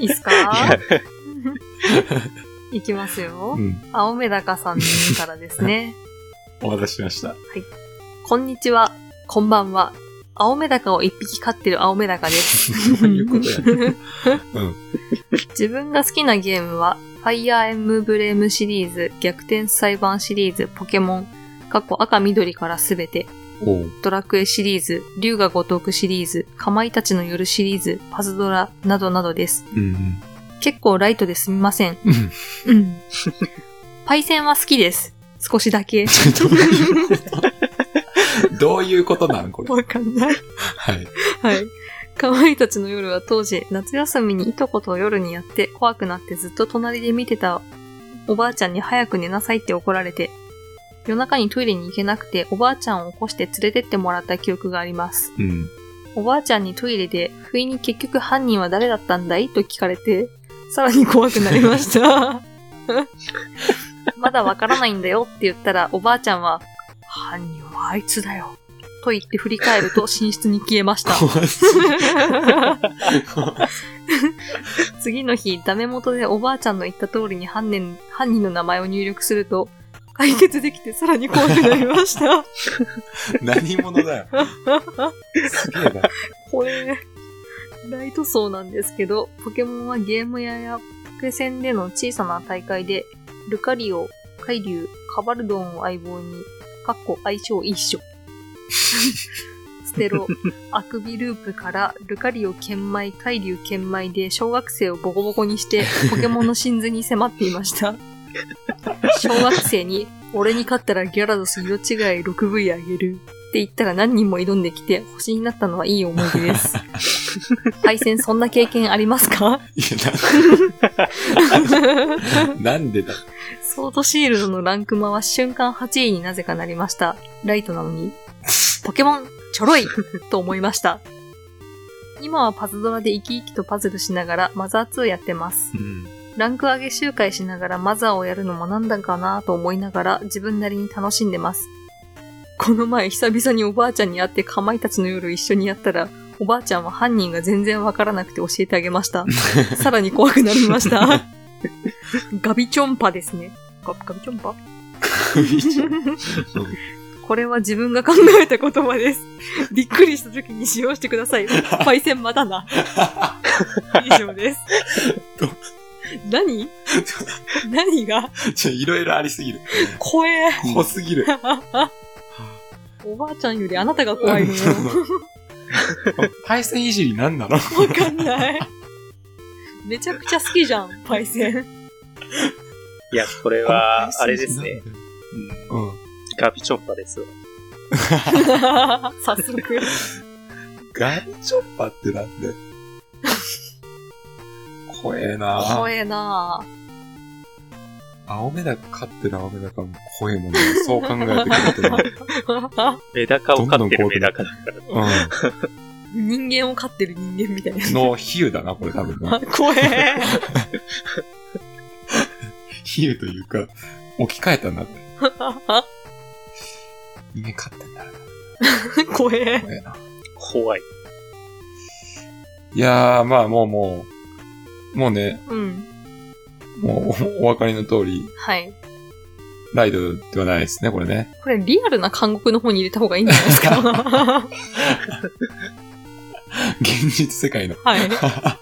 S1: いっすか
S2: ない
S1: *laughs* いきますよ
S2: う。ん。
S1: 青目高さんからですね。 *laughs*
S2: お待たせしま *laughs* した。
S1: こんにちは。こんばんは。青メダカを一匹飼ってる青メダカ
S2: *laughs*
S1: です。
S2: どういうことや
S1: *laughs*
S2: うん
S1: 自分が好きなゲームは、ファイアーエンブレムシリーズ、逆転裁判シリーズ、ポケモン、過去赤緑からすべて、
S2: *laughs* おう。
S1: ドラクエシリーズ、竜が如くシリーズ、かまいたちの夜シリーズ、パズドラなどなどです。
S2: うん
S1: 結構ライトですみません。
S2: うん。うん。
S1: う
S2: *laughs*
S1: ん。パイセンは好きです。少しだ
S2: *laughs*
S1: け。 *laughs*
S2: どういうことどういうことなん *laughs* これ。
S1: わかんない。
S2: はい。
S1: はい。かまいたちの夜は当時、夏休みにいとこと夜にやって、怖くなってずっと隣で見てたおばあちゃんに早く寝なさいって怒られて、夜中にトイレに行けなくて、おばあちゃんを起こして連れてってもらった記憶があります。
S2: うん。
S1: おばあちゃんにトイレで、不意に結局犯人は誰だったんだいと聞かれて、さらに怖くなりました。まだわからないんだよって言ったら、おばあちゃんは、犯人はあいつだよ。と言って振り返ると寝室に消え
S2: *laughs*
S1: ました。
S2: 怖す
S1: 次の日、ダメ元でおばあちゃんの言った通りに犯人犯人の名前を入力すると、解決できてさらに怖くなりました。
S2: 何者だよ。すげえな。
S1: これ、ライト層なんですけど、ポケモンはゲーム屋やポケセンでの小さな大会で、ルカリオ、カイリュウ、カバルドンを相棒に、かっこ相性一緒。ステロ、アクビループからルカリオ剣舞、カイリュウ剣舞で小学生をボコボコにして、ポケモンの真髄に迫っていました。小学生に、俺に勝ったらギャラドス色違い 6V あげる。って言ったら何人も挑んできて、星になったのはいい思い出です。敗戦そんな経験ありますか
S2: いや、なんなんでだ。
S1: ソードシールドのランクマは瞬間8位になぜかなりました。ライトなのに。ポケモン、ちょろいと思いました。今はパズドラで生き生きとパズルしながらマザー2やってます。
S2: うん。
S1: ランク上げ集会しながらマザーをやるのもなんだかなと思いながら自分なりに楽しんでます。この前久々におばあちゃんに会ってかまいたちの夜一緒にやったら、おばあちゃんは犯人が全然わからなくて教えてあげました。さらに怖くなりました。 *laughs* ガビチョンパですね。ガガビチョンパ *laughs* これは自分が考えた言葉です。 *laughs* びっくりした時に使用してください。パイセンまだな。以上です。何何が
S2: ちょ、いろいろありすぎる。
S1: 怖え。
S2: 濃すぎる。
S1: おばあちゃんよりあなたが怖いのよ。
S2: パイセンいじりなんなの
S1: わかんない。めちゃくちゃ好きじゃん、パイセン。 *laughs*
S3: いや、これは、あれですね。。うん
S2: うん。
S3: ガビチョッパですわ。
S1: 早速。
S2: ガリチョッパってなんで怖えな
S1: 怖えな *laughs* ぁ。
S2: 青メダカ飼ってる青メダカも怖えもんね。そう考えてくれてる。
S3: メダカを飼ってるメダカだから。
S2: う
S1: 人間を飼ってる人間みたい
S2: *laughs* ん。の比喩だな、これ多分
S1: な
S2: な。。
S1: 怖え。
S2: 比喩というか、置き換えたんだって。人間飼ってんだな。
S1: 怖え。
S2: 怖えな。
S3: 怖い。
S2: いやー、まあもうもう、もうね、
S1: うん。
S2: もうおお分かりの通り、
S1: はい。
S2: ライドではないですね、これね。
S1: これリアルな監獄の方に入れた方がいいんじゃないですか。
S2: 現実世界の。 *laughs*
S1: はい。
S2: 確か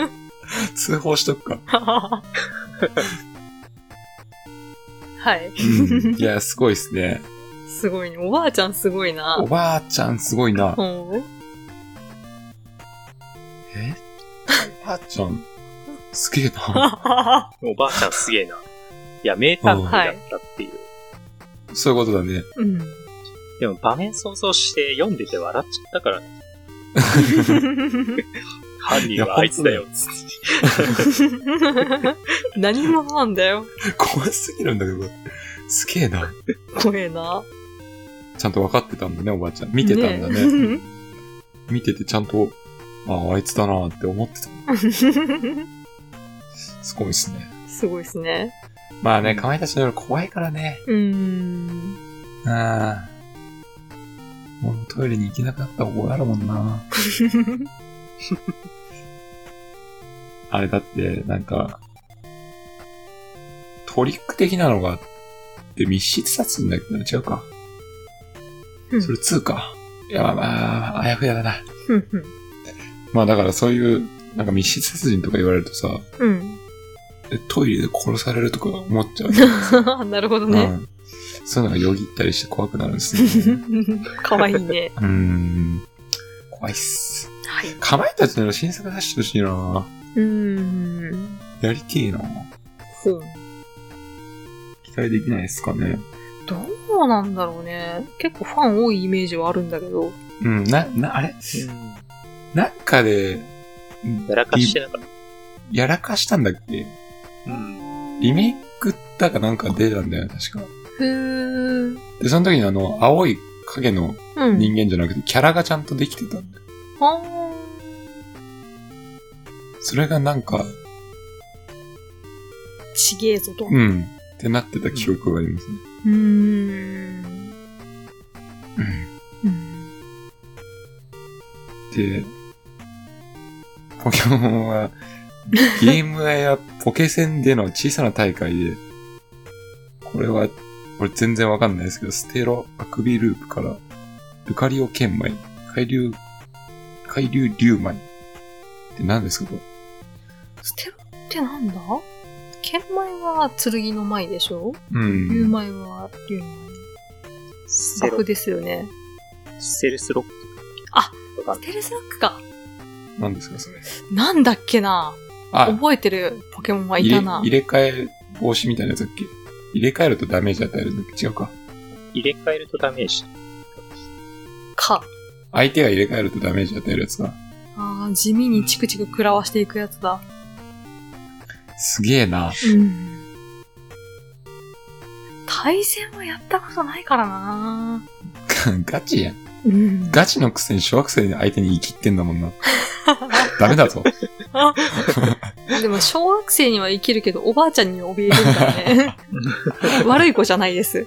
S2: に。通報しとくか。
S1: はい。
S2: うんいや、すごいですね。
S1: すごいね。おばあちゃんすごいな
S2: お。ばあちゃんすごいな。
S1: うん
S2: えおばあちゃん、すげえな。
S3: おばあちゃんすげえな。いや、名探偵だったっていう。
S2: そういうことだね。
S1: うん。
S3: でも場面想像して読んでて笑っちゃったからね、犯人はあいつだよ、つって。
S1: 何者なんだよ。
S2: 怖すぎるんだけど。すげえな。
S1: 怖えな。
S2: ちゃんと分かってたんだね、おばあちゃん。見てたんだね。
S1: ね
S2: *laughs* 見ててちゃんと、ああ、あいつだなって思ってた。すごいですね。
S1: すごいですね。
S2: まあね、かまいたちの夜怖いからね。
S1: うーん。
S2: ああ。もうトイレに行けなかった方があるもんな。あれだって、なんか、トリック的なのがあって密室殺人だけどね、違うか。
S1: うん
S2: それ2か。いや、まあまあ、あやふやだな。
S1: ふんふん
S2: まあだからそういう、なんか密室殺人とか言われるとさ、
S1: うん。
S2: えトイレで殺されるとか思っちゃうじゃ
S1: *laughs*
S2: ん。
S1: なるほど
S2: う
S1: ね。
S2: ん。そういうのがよぎったりして怖くなるんです
S1: *laughs*
S2: ね。
S1: かわいいね。
S2: うーん。怖いっす。
S1: はい。
S2: かまいたちの新作出してほしいな
S1: うーん。
S2: やりてえな
S1: ほう。
S2: 期待できないですかね。
S1: どうなんだろうね。結構ファン多いイメージはあるんだけど。
S2: うん、な、な、あれなんかで、
S3: やらかしてなかっ
S2: やらかしたんだっけ
S3: た。うん。
S2: リメイクだかなんか出たんだよね、確か。
S1: へー。
S2: で、その時にあの、青い影の
S1: うん。
S2: 人間じゃなくて、キャラがちゃんとできてたんだよ。
S1: は
S2: それがなんか、
S1: ーちげえぞと。う
S2: うん、ってなってた記憶がありますね。
S1: ーん。うん。
S2: で、ポケ
S1: *laughs*
S2: モンは、ゲームやポケセンでの小さな大会で、これは、俺全然わかんないですけど、ステロアクビループから、ルカリオ玄米、海流、海流竜米って何ですかこれ
S1: ステロってなんだ剣米は剣の舞でしょ
S2: う
S1: 竜
S2: ん。
S1: 米は竜の
S3: セ
S1: 前。
S3: ロ
S1: 楽、ですよね。
S3: セルスロック。
S1: あ
S3: わかん
S1: ステルスラックか。
S2: 何ですかそれ。
S1: なんだっけな
S2: あ、
S1: 覚えてるポケモンはい
S2: 入れ
S1: たな
S2: 入。れ替え防止みたいなやつだっけ入れ替えるとダメージ与えるんだっけ違うか。
S3: 入れ替えるとダメージ。
S1: か。
S2: 相手が入れ替えるとダメージ与えるやつか。
S1: あー地味にチクチク食らわしていくやつだ。
S2: すげえな。 *laughs*
S1: うん。対戦はやったことないからな
S2: ガチやん。
S1: うん。
S2: ガチのくせに小学生の相手に生きってんだもんな。 *laughs* ダメだ
S1: *laughs*
S2: ぞ。
S1: でも小学生には生きるけど、おばあちゃんには怯えるんだ
S2: *laughs*
S1: ね。悪い子じゃないです。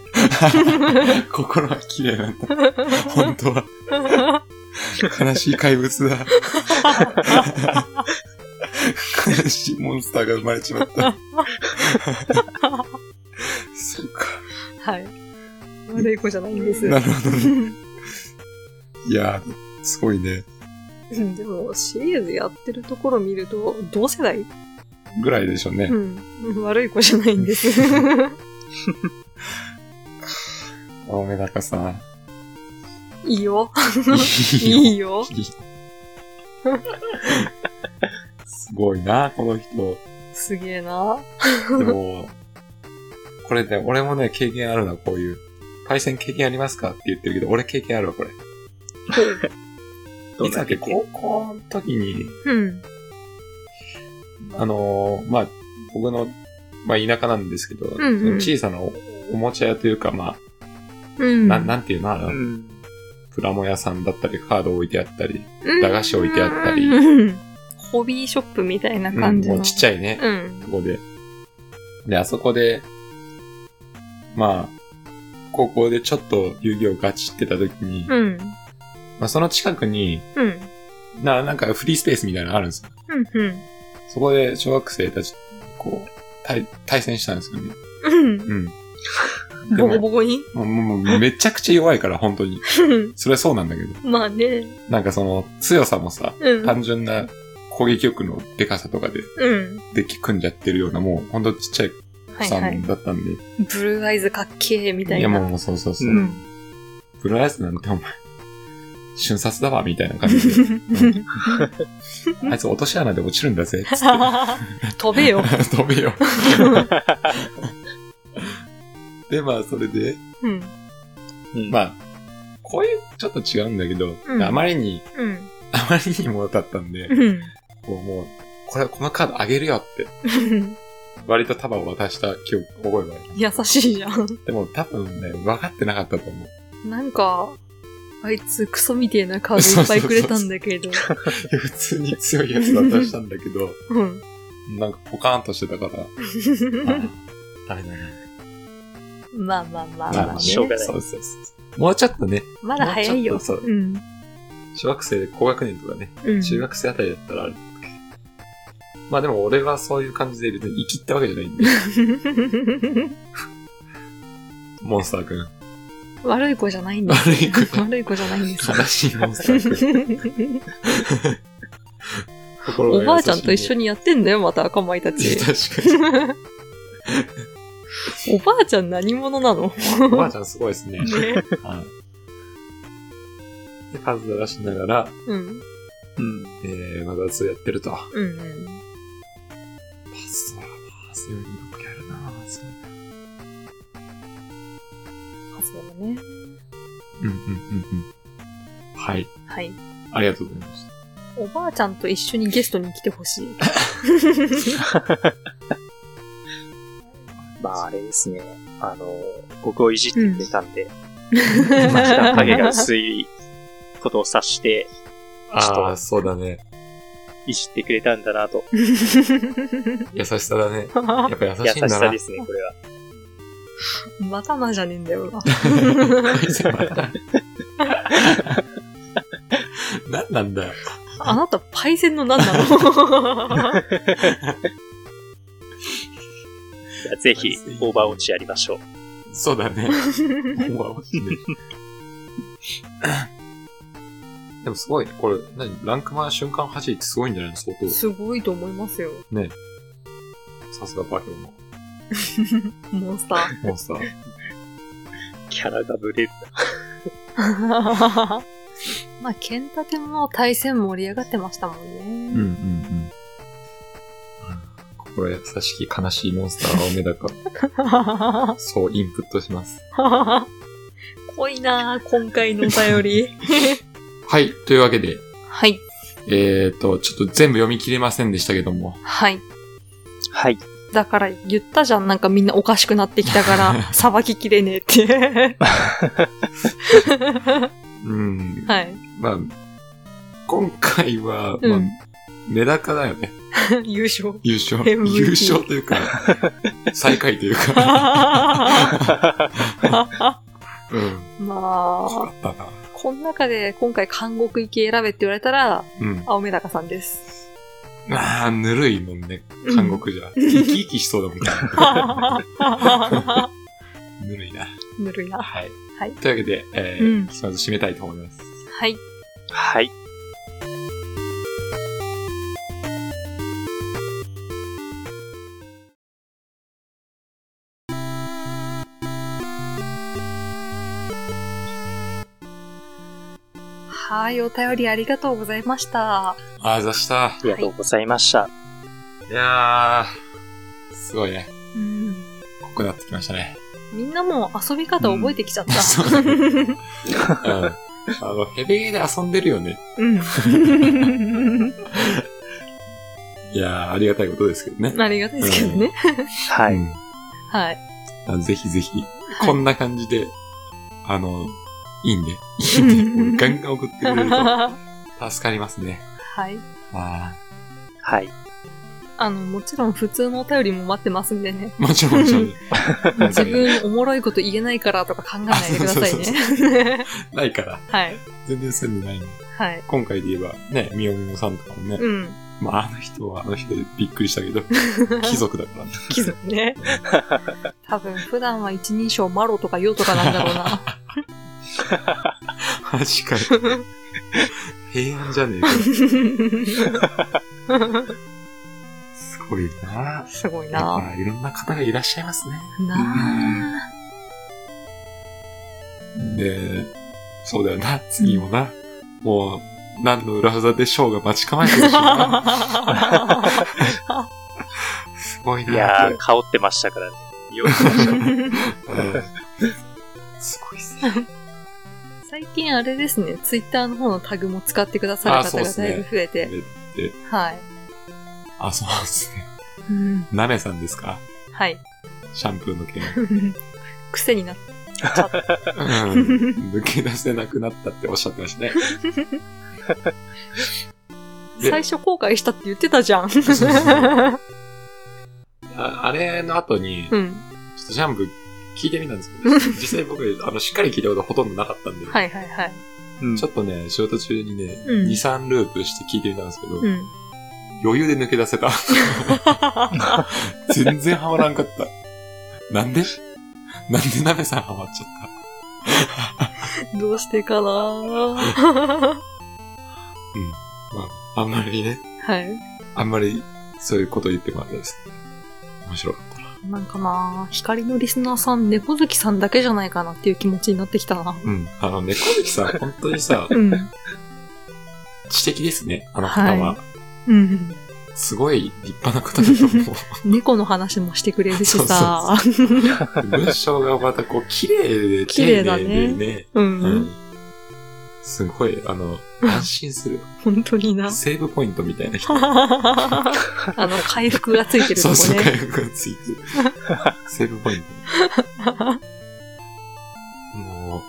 S2: 心は綺麗なんだ。本当は。悲しい怪物だ。悲しいモンスターが生まれちまった。 *laughs* そうか。
S1: はい。悪い子じゃないんです。
S2: なるほどね。いやー、すごいね。
S1: うんでも、シリーズやってるところ見ると、同世代、
S2: ぐらいでしょうね。
S1: うん、悪い子じゃないん
S2: *laughs*
S1: です。
S2: 青目高さん。
S1: いいよ。
S2: い
S1: い
S2: い
S1: *laughs* いよ。
S2: *laughs* すごいな、この人。
S1: すげえな。
S2: でも、これね、俺もね、経験あるな、こういう。パイセン経験ありますかって言ってるけど、俺経験あるわ、これ。
S3: ど
S2: いつだっけ、
S3: 経験
S2: 高校の時に、
S1: うん。
S2: あのーまあ、僕の、まあ、田舎なんですけど、
S1: んうん
S2: 小さなおおもちゃ屋というか、まあ、
S1: うん。
S2: なん、なんていうのあ
S3: う
S2: の、
S3: ん。
S2: プラモ屋さんだったり、カード置いてあったり、
S1: うん
S2: 駄菓子置いてあったり
S1: うんホビーショップみたいな
S2: うん
S1: 感じ
S2: も
S1: の。
S2: うちっちゃいね、
S1: うん。
S2: ここで。で、あそこで、まあ、高校でちょっと遊戯王ガチってた時に、
S1: う
S2: ま
S1: ん。
S2: あその近くに、
S1: うん。
S2: な、なんかフリースペースみたいなのあるんですよ。
S1: うん。うん。
S2: そこで小学生たち、こう、対、対戦したんですよね。
S1: うん。
S2: うん。で
S1: *laughs* ボコボ
S2: も、
S1: コに
S2: もうもうもうめちゃくちゃ弱いから、本当に。それはそうなんだけど。
S1: まあね。
S2: なんかその、強さもさ、
S1: うん。
S2: 単純な攻撃力のデカさとかで、
S1: うん。
S2: デッキ組んじゃってるような、もう、ほんとちっちゃい
S1: はい
S2: さ
S1: は
S2: ん
S1: い。
S2: だったんで。
S1: ブルーアイズかっけえみた
S2: い
S1: い
S2: や、
S1: な。
S2: もう、そうそうそう。
S1: うん。
S2: プロレスなんてお前、瞬殺だわ、みたいな感
S1: *laughs*
S2: じで。あいつ落とし穴で落ちるんだぜ、つって。
S1: 飛べよ。
S2: *laughs* 飛べよ。で、まあ、それで、
S1: うん。
S3: うん
S2: まあ、こういう、ちょっと違うんだけど、
S1: うん
S2: あまりに、
S1: うん。
S2: あまりにもだったんで、
S1: うん。
S2: こうもう、これ、このカードあげるよって、割と束を渡した記憶、覚えがある。
S1: 優しいじゃん。
S2: でも、多分ね、分かってなかったと思う。
S1: なんか、あいつクソみてえなカードいっぱいくれたんだけど。
S2: 普通に強いやつ渡したんだけど、
S1: うん。
S2: なんかポカーンとしてたから、あダメだな。
S1: まあまあまあ
S2: ま
S1: ま
S2: あま
S1: あ
S2: あ
S1: ね。
S2: ね、
S3: しょうがない
S2: そうそうそう。もうちょっとね、
S1: まだ早いよ。
S2: もうちょっとそう
S1: うん。
S2: 小学生、高学年とかね、
S1: うん。
S2: 中学生あたりだったらある。まあでも俺はそういう感じで別に生きったわけじゃない *laughs* んで、モンスターくん。
S1: *laughs* 悪い子じゃないんです。
S2: 悪い子
S1: 悪い子じゃないんです。
S2: 悲しいモンスターくん。心
S1: *laughs* おばあちゃんと一緒
S2: に。
S1: にやってんだよ、また赤舞たち。
S2: *laughs* 確か
S1: おばあちゃん何者
S2: *laughs*
S1: なの
S2: に。おばあちゃんすごいですね。
S1: ね。
S2: はいで、パズル出しながら、
S1: うん。
S3: うん。
S2: えー、またそうやってると。パ
S1: うんうん。
S2: ズルはまあ、そういうのやるなそう
S1: あ、そうだね。
S2: うんうんうんうん。はい。
S1: はい。
S2: ありがとうございました。
S1: おばあちゃんと一緒にゲストに来てほしい。
S3: まあ、あれですね。あの、僕をいじってくれたんで、まあ普段影
S1: *laughs*
S3: が薄いことを察して、ちょっと
S2: ああ、そうだね。
S3: いじってくれたんだなと。
S2: 優しさだね。やっぱ優
S3: 優
S2: しいん
S3: し
S2: だ
S3: さ
S2: な
S3: で。すね、これは。
S1: またなじゃねえんだよな。
S2: 何なんだよ。
S1: *laughs* あなた、パイセンの何なの
S3: じゃあぜひ、オーバーウォッチやりましょう。
S2: そうだね。オーバーウォッチね。でもすごいね。これ、何ランクマ瞬間走りってすごいんじゃないの相当。
S1: *laughs* すごいと思いますよ。
S2: さすがバケモン。
S1: モンスタ
S2: モンスター。
S3: キャラがブレる。
S1: *laughs* ー。まあ、剣立ても対戦盛り上がってましたも
S2: うんんうんう
S1: ね。
S2: ん。心優しき悲しいモンスター、青メダカ。そうインプットします。
S1: *laughs* 濃いなあ今回のお便り。
S2: はい。というわけで、
S1: はい。
S2: えーと、ちょっと全部読み切れませんでしたけども。
S1: はい。
S3: はい。
S1: だから言ったじゃん。なんかみんなおかしくなってきたから、さばききれねえって。
S2: うん。
S1: はい。 *laughs*
S2: まあ、今回は、
S1: うん
S2: まあ、メダカだよね。
S1: 優勝。
S2: 優勝。
S1: MVP
S2: 優勝という
S1: *laughs*
S2: か、最下位というか。
S1: *laughs*
S2: うん。
S1: まあ、
S2: あったな。
S1: この中で今回監獄行き選べって言われたら、
S2: うん。
S1: 青メダカさんです。 *laughs*
S2: ああ、ぬるいもんね。韓国じゃ。生き生きしそうだもんね。ぬるいな。
S1: ぬるいな。
S2: はい。
S1: はい
S2: というわけで、え
S1: うん
S2: ー、ひとまず締めたいと思います。
S1: はい。
S3: はい。
S1: はい、お便りありがとうございました。
S2: ああ、ざした。
S3: ありがとうございました。
S2: いやー、すごいね。
S1: うん。
S2: 濃くなってきましたね。
S1: みんなもう遊び方覚えてきちゃった。
S2: うんそうだうん。あの、ヘベゲで遊んでるよね。
S1: うん。 *laughs*
S2: いやー、ありがたいことですけどね。
S1: ありがたいですけどね。
S3: は
S2: う
S3: い。
S2: ん
S1: はい。
S2: あのぜひぜひ、
S1: い
S2: こんな感じで、あの、いいんで、いいんで、
S1: *laughs*
S2: ガンガン送ってくれる
S1: は *laughs*
S2: と助かりますね。
S1: い。
S2: あ
S3: はい。
S1: あの、もちろん普通のお便りも待ってますんでね。
S2: あ、もちろんも
S1: *laughs*
S2: ちろん、
S1: 自分おもろいこと言えないからとか考えないでください
S2: *laughs* あそうそ
S1: ね。
S2: ないから、
S1: *laughs* はい。
S2: 全然そういうのないんで。
S1: はい。
S2: 今回で言えば、ね、みよみよさんとかもね、
S1: うん。
S2: まあ、あの人はあの人でびっくりしたけど、貴族だからね。
S1: *laughs* 貴族ね。多分普段は一人称マロとかヨとかなんだろう
S2: *laughs*
S1: な。 *laughs*
S2: 確かに。平安じゃねえか。すごいなぁ。
S1: すごい
S2: やっ
S1: な
S2: ぱいろんな方がいらっしゃいますね。
S1: ぁ。なぁ。
S2: で、そうだよな、次もな。もう、何の裏技でショーが待ち構えてる
S1: *laughs*
S2: しな。 *laughs* すごい
S3: いや
S2: なぁ。
S3: ー、香ってましたからね。よく来
S2: *laughs*
S3: ましたね
S2: うん *laughs* すごいっすね。
S1: *laughs* 最近あれですね、ツイッターの方のタグも使ってくださる方がだいぶ増えて。はい。
S2: あ、そうなんですね。
S1: うん。
S2: なめさんですか
S1: はい。 *laughs*
S2: シャンプーの件。
S1: 癖になって。 *laughs*
S2: うん抜け出せなくなったっておっしゃって
S1: *laughs*
S2: ましたね。で
S1: 最初後悔したって言ってたじ *laughs* ゃん。
S2: うそうああれの後に、ち
S1: う
S2: ょ
S1: ん。
S2: っとシャンプー聞いてみたんです
S1: *laughs*
S2: けど、実際僕、あの、しっかり聞いたことほとんどなかったんで、
S1: はいはいはい。
S3: うん
S2: ちょっとね、仕事中にね、
S1: うん
S2: 2、3ループして聞いてみたんですけど、
S1: うん。
S2: 余裕で抜け出せ
S1: *laughs*
S2: た。全然ハマらんかった。なんでなんで鍋さんハマっちゃっ
S1: どうして *laughs* かなぁ。
S2: たまあ、あんまりね、
S1: はい。
S2: あんまりそういうこと言ってもあれです。面白かったな。
S1: なんかなぁ、光のリスナーさん、猫好きさんだけじゃないかなっていう気持ちになってきたな。
S2: うん。あの、猫好
S1: *laughs*
S2: きさん、本当にさ、
S1: うん。
S2: 知的ですね、あの方は。
S1: はうん。
S2: すごい立派な方だと思う。
S1: 猫の話もしてくれるしさ。
S2: 文章がまたこう、綺麗で、
S1: 綺麗だね
S2: 丁寧でね。
S1: *laughs* う。
S2: うんん。すごい、あの、安心する。
S1: 本当にな。
S2: セーブポイントみたい
S1: *laughs*
S2: な人。
S1: あの、回復がついてると
S2: そう
S1: こ
S2: そう、
S1: ね。
S2: 回復がつ
S1: *laughs*
S2: いてる。セーブポイント。も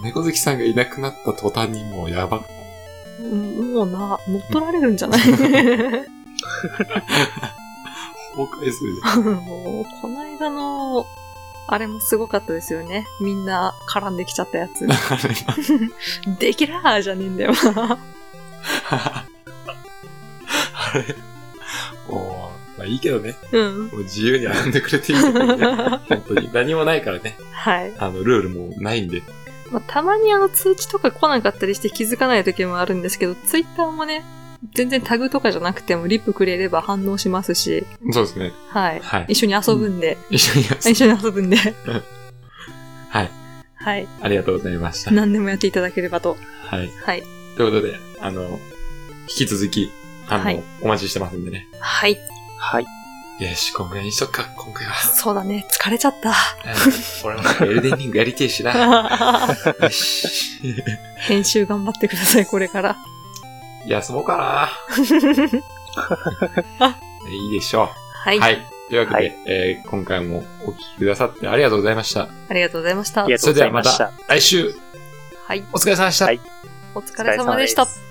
S2: う、猫好きさんがいなくなった途端にもうやばく
S1: うんもうな、乗っ取られるんじゃない *laughs*
S2: 崩
S1: *laughs*
S2: 壊するじ
S1: もうこの間の、あれもすごかったですよね。みんな絡んできちゃったや
S2: *laughs*
S1: つ。
S2: ゃん。
S1: できらーじゃねえんだよな。
S2: *laughs* あれ。もう、まあ、あいいけどね。
S1: うん。 *laughs*
S2: もう自由に遊んでくれていいところね。 *laughs* 本当に。何もないからね。
S1: はい。
S2: あの、ルールもないんで。
S1: まあ、たまにあの通知とか来なかったりして気づかない時もあるんですけど、ツイッターもね、全然タグとかじゃなくてもリップくれれば反応しますし、
S2: そうですね。
S1: はい。
S2: はい。
S1: 一緒に遊ぶんで、
S2: 一緒に遊
S1: 一
S2: んで。
S1: 緒に遊ぶんで、
S2: はい。
S1: はい。
S2: ありがとうございました。
S1: 何でもやっていただければと。
S2: はい。
S1: はい。
S2: ということで、あの、引き続き、あの、
S1: はい
S2: お待ちしてますんでね。
S1: はい。
S3: はい。
S2: よし、こんぐらいにしとくか、今回は。
S1: そうだね。疲れちゃった。
S2: *laughs* 俺もエルデンリングやりてえし *laughs* な。よし。
S1: 編集頑張ってください、これから。
S2: 休もうかな。いいでしょ
S1: は
S2: う。
S1: い。
S2: はい。というわけで、
S3: はい
S2: えー今回もお聞きくださってありがとうございました。
S1: ありがとうございました
S3: あり。がとうございまし
S2: それでは
S3: た。
S2: 来週、
S1: はい。
S2: お疲れ様でした。
S3: はい
S1: お疲れ様でした
S3: お疲。れ様す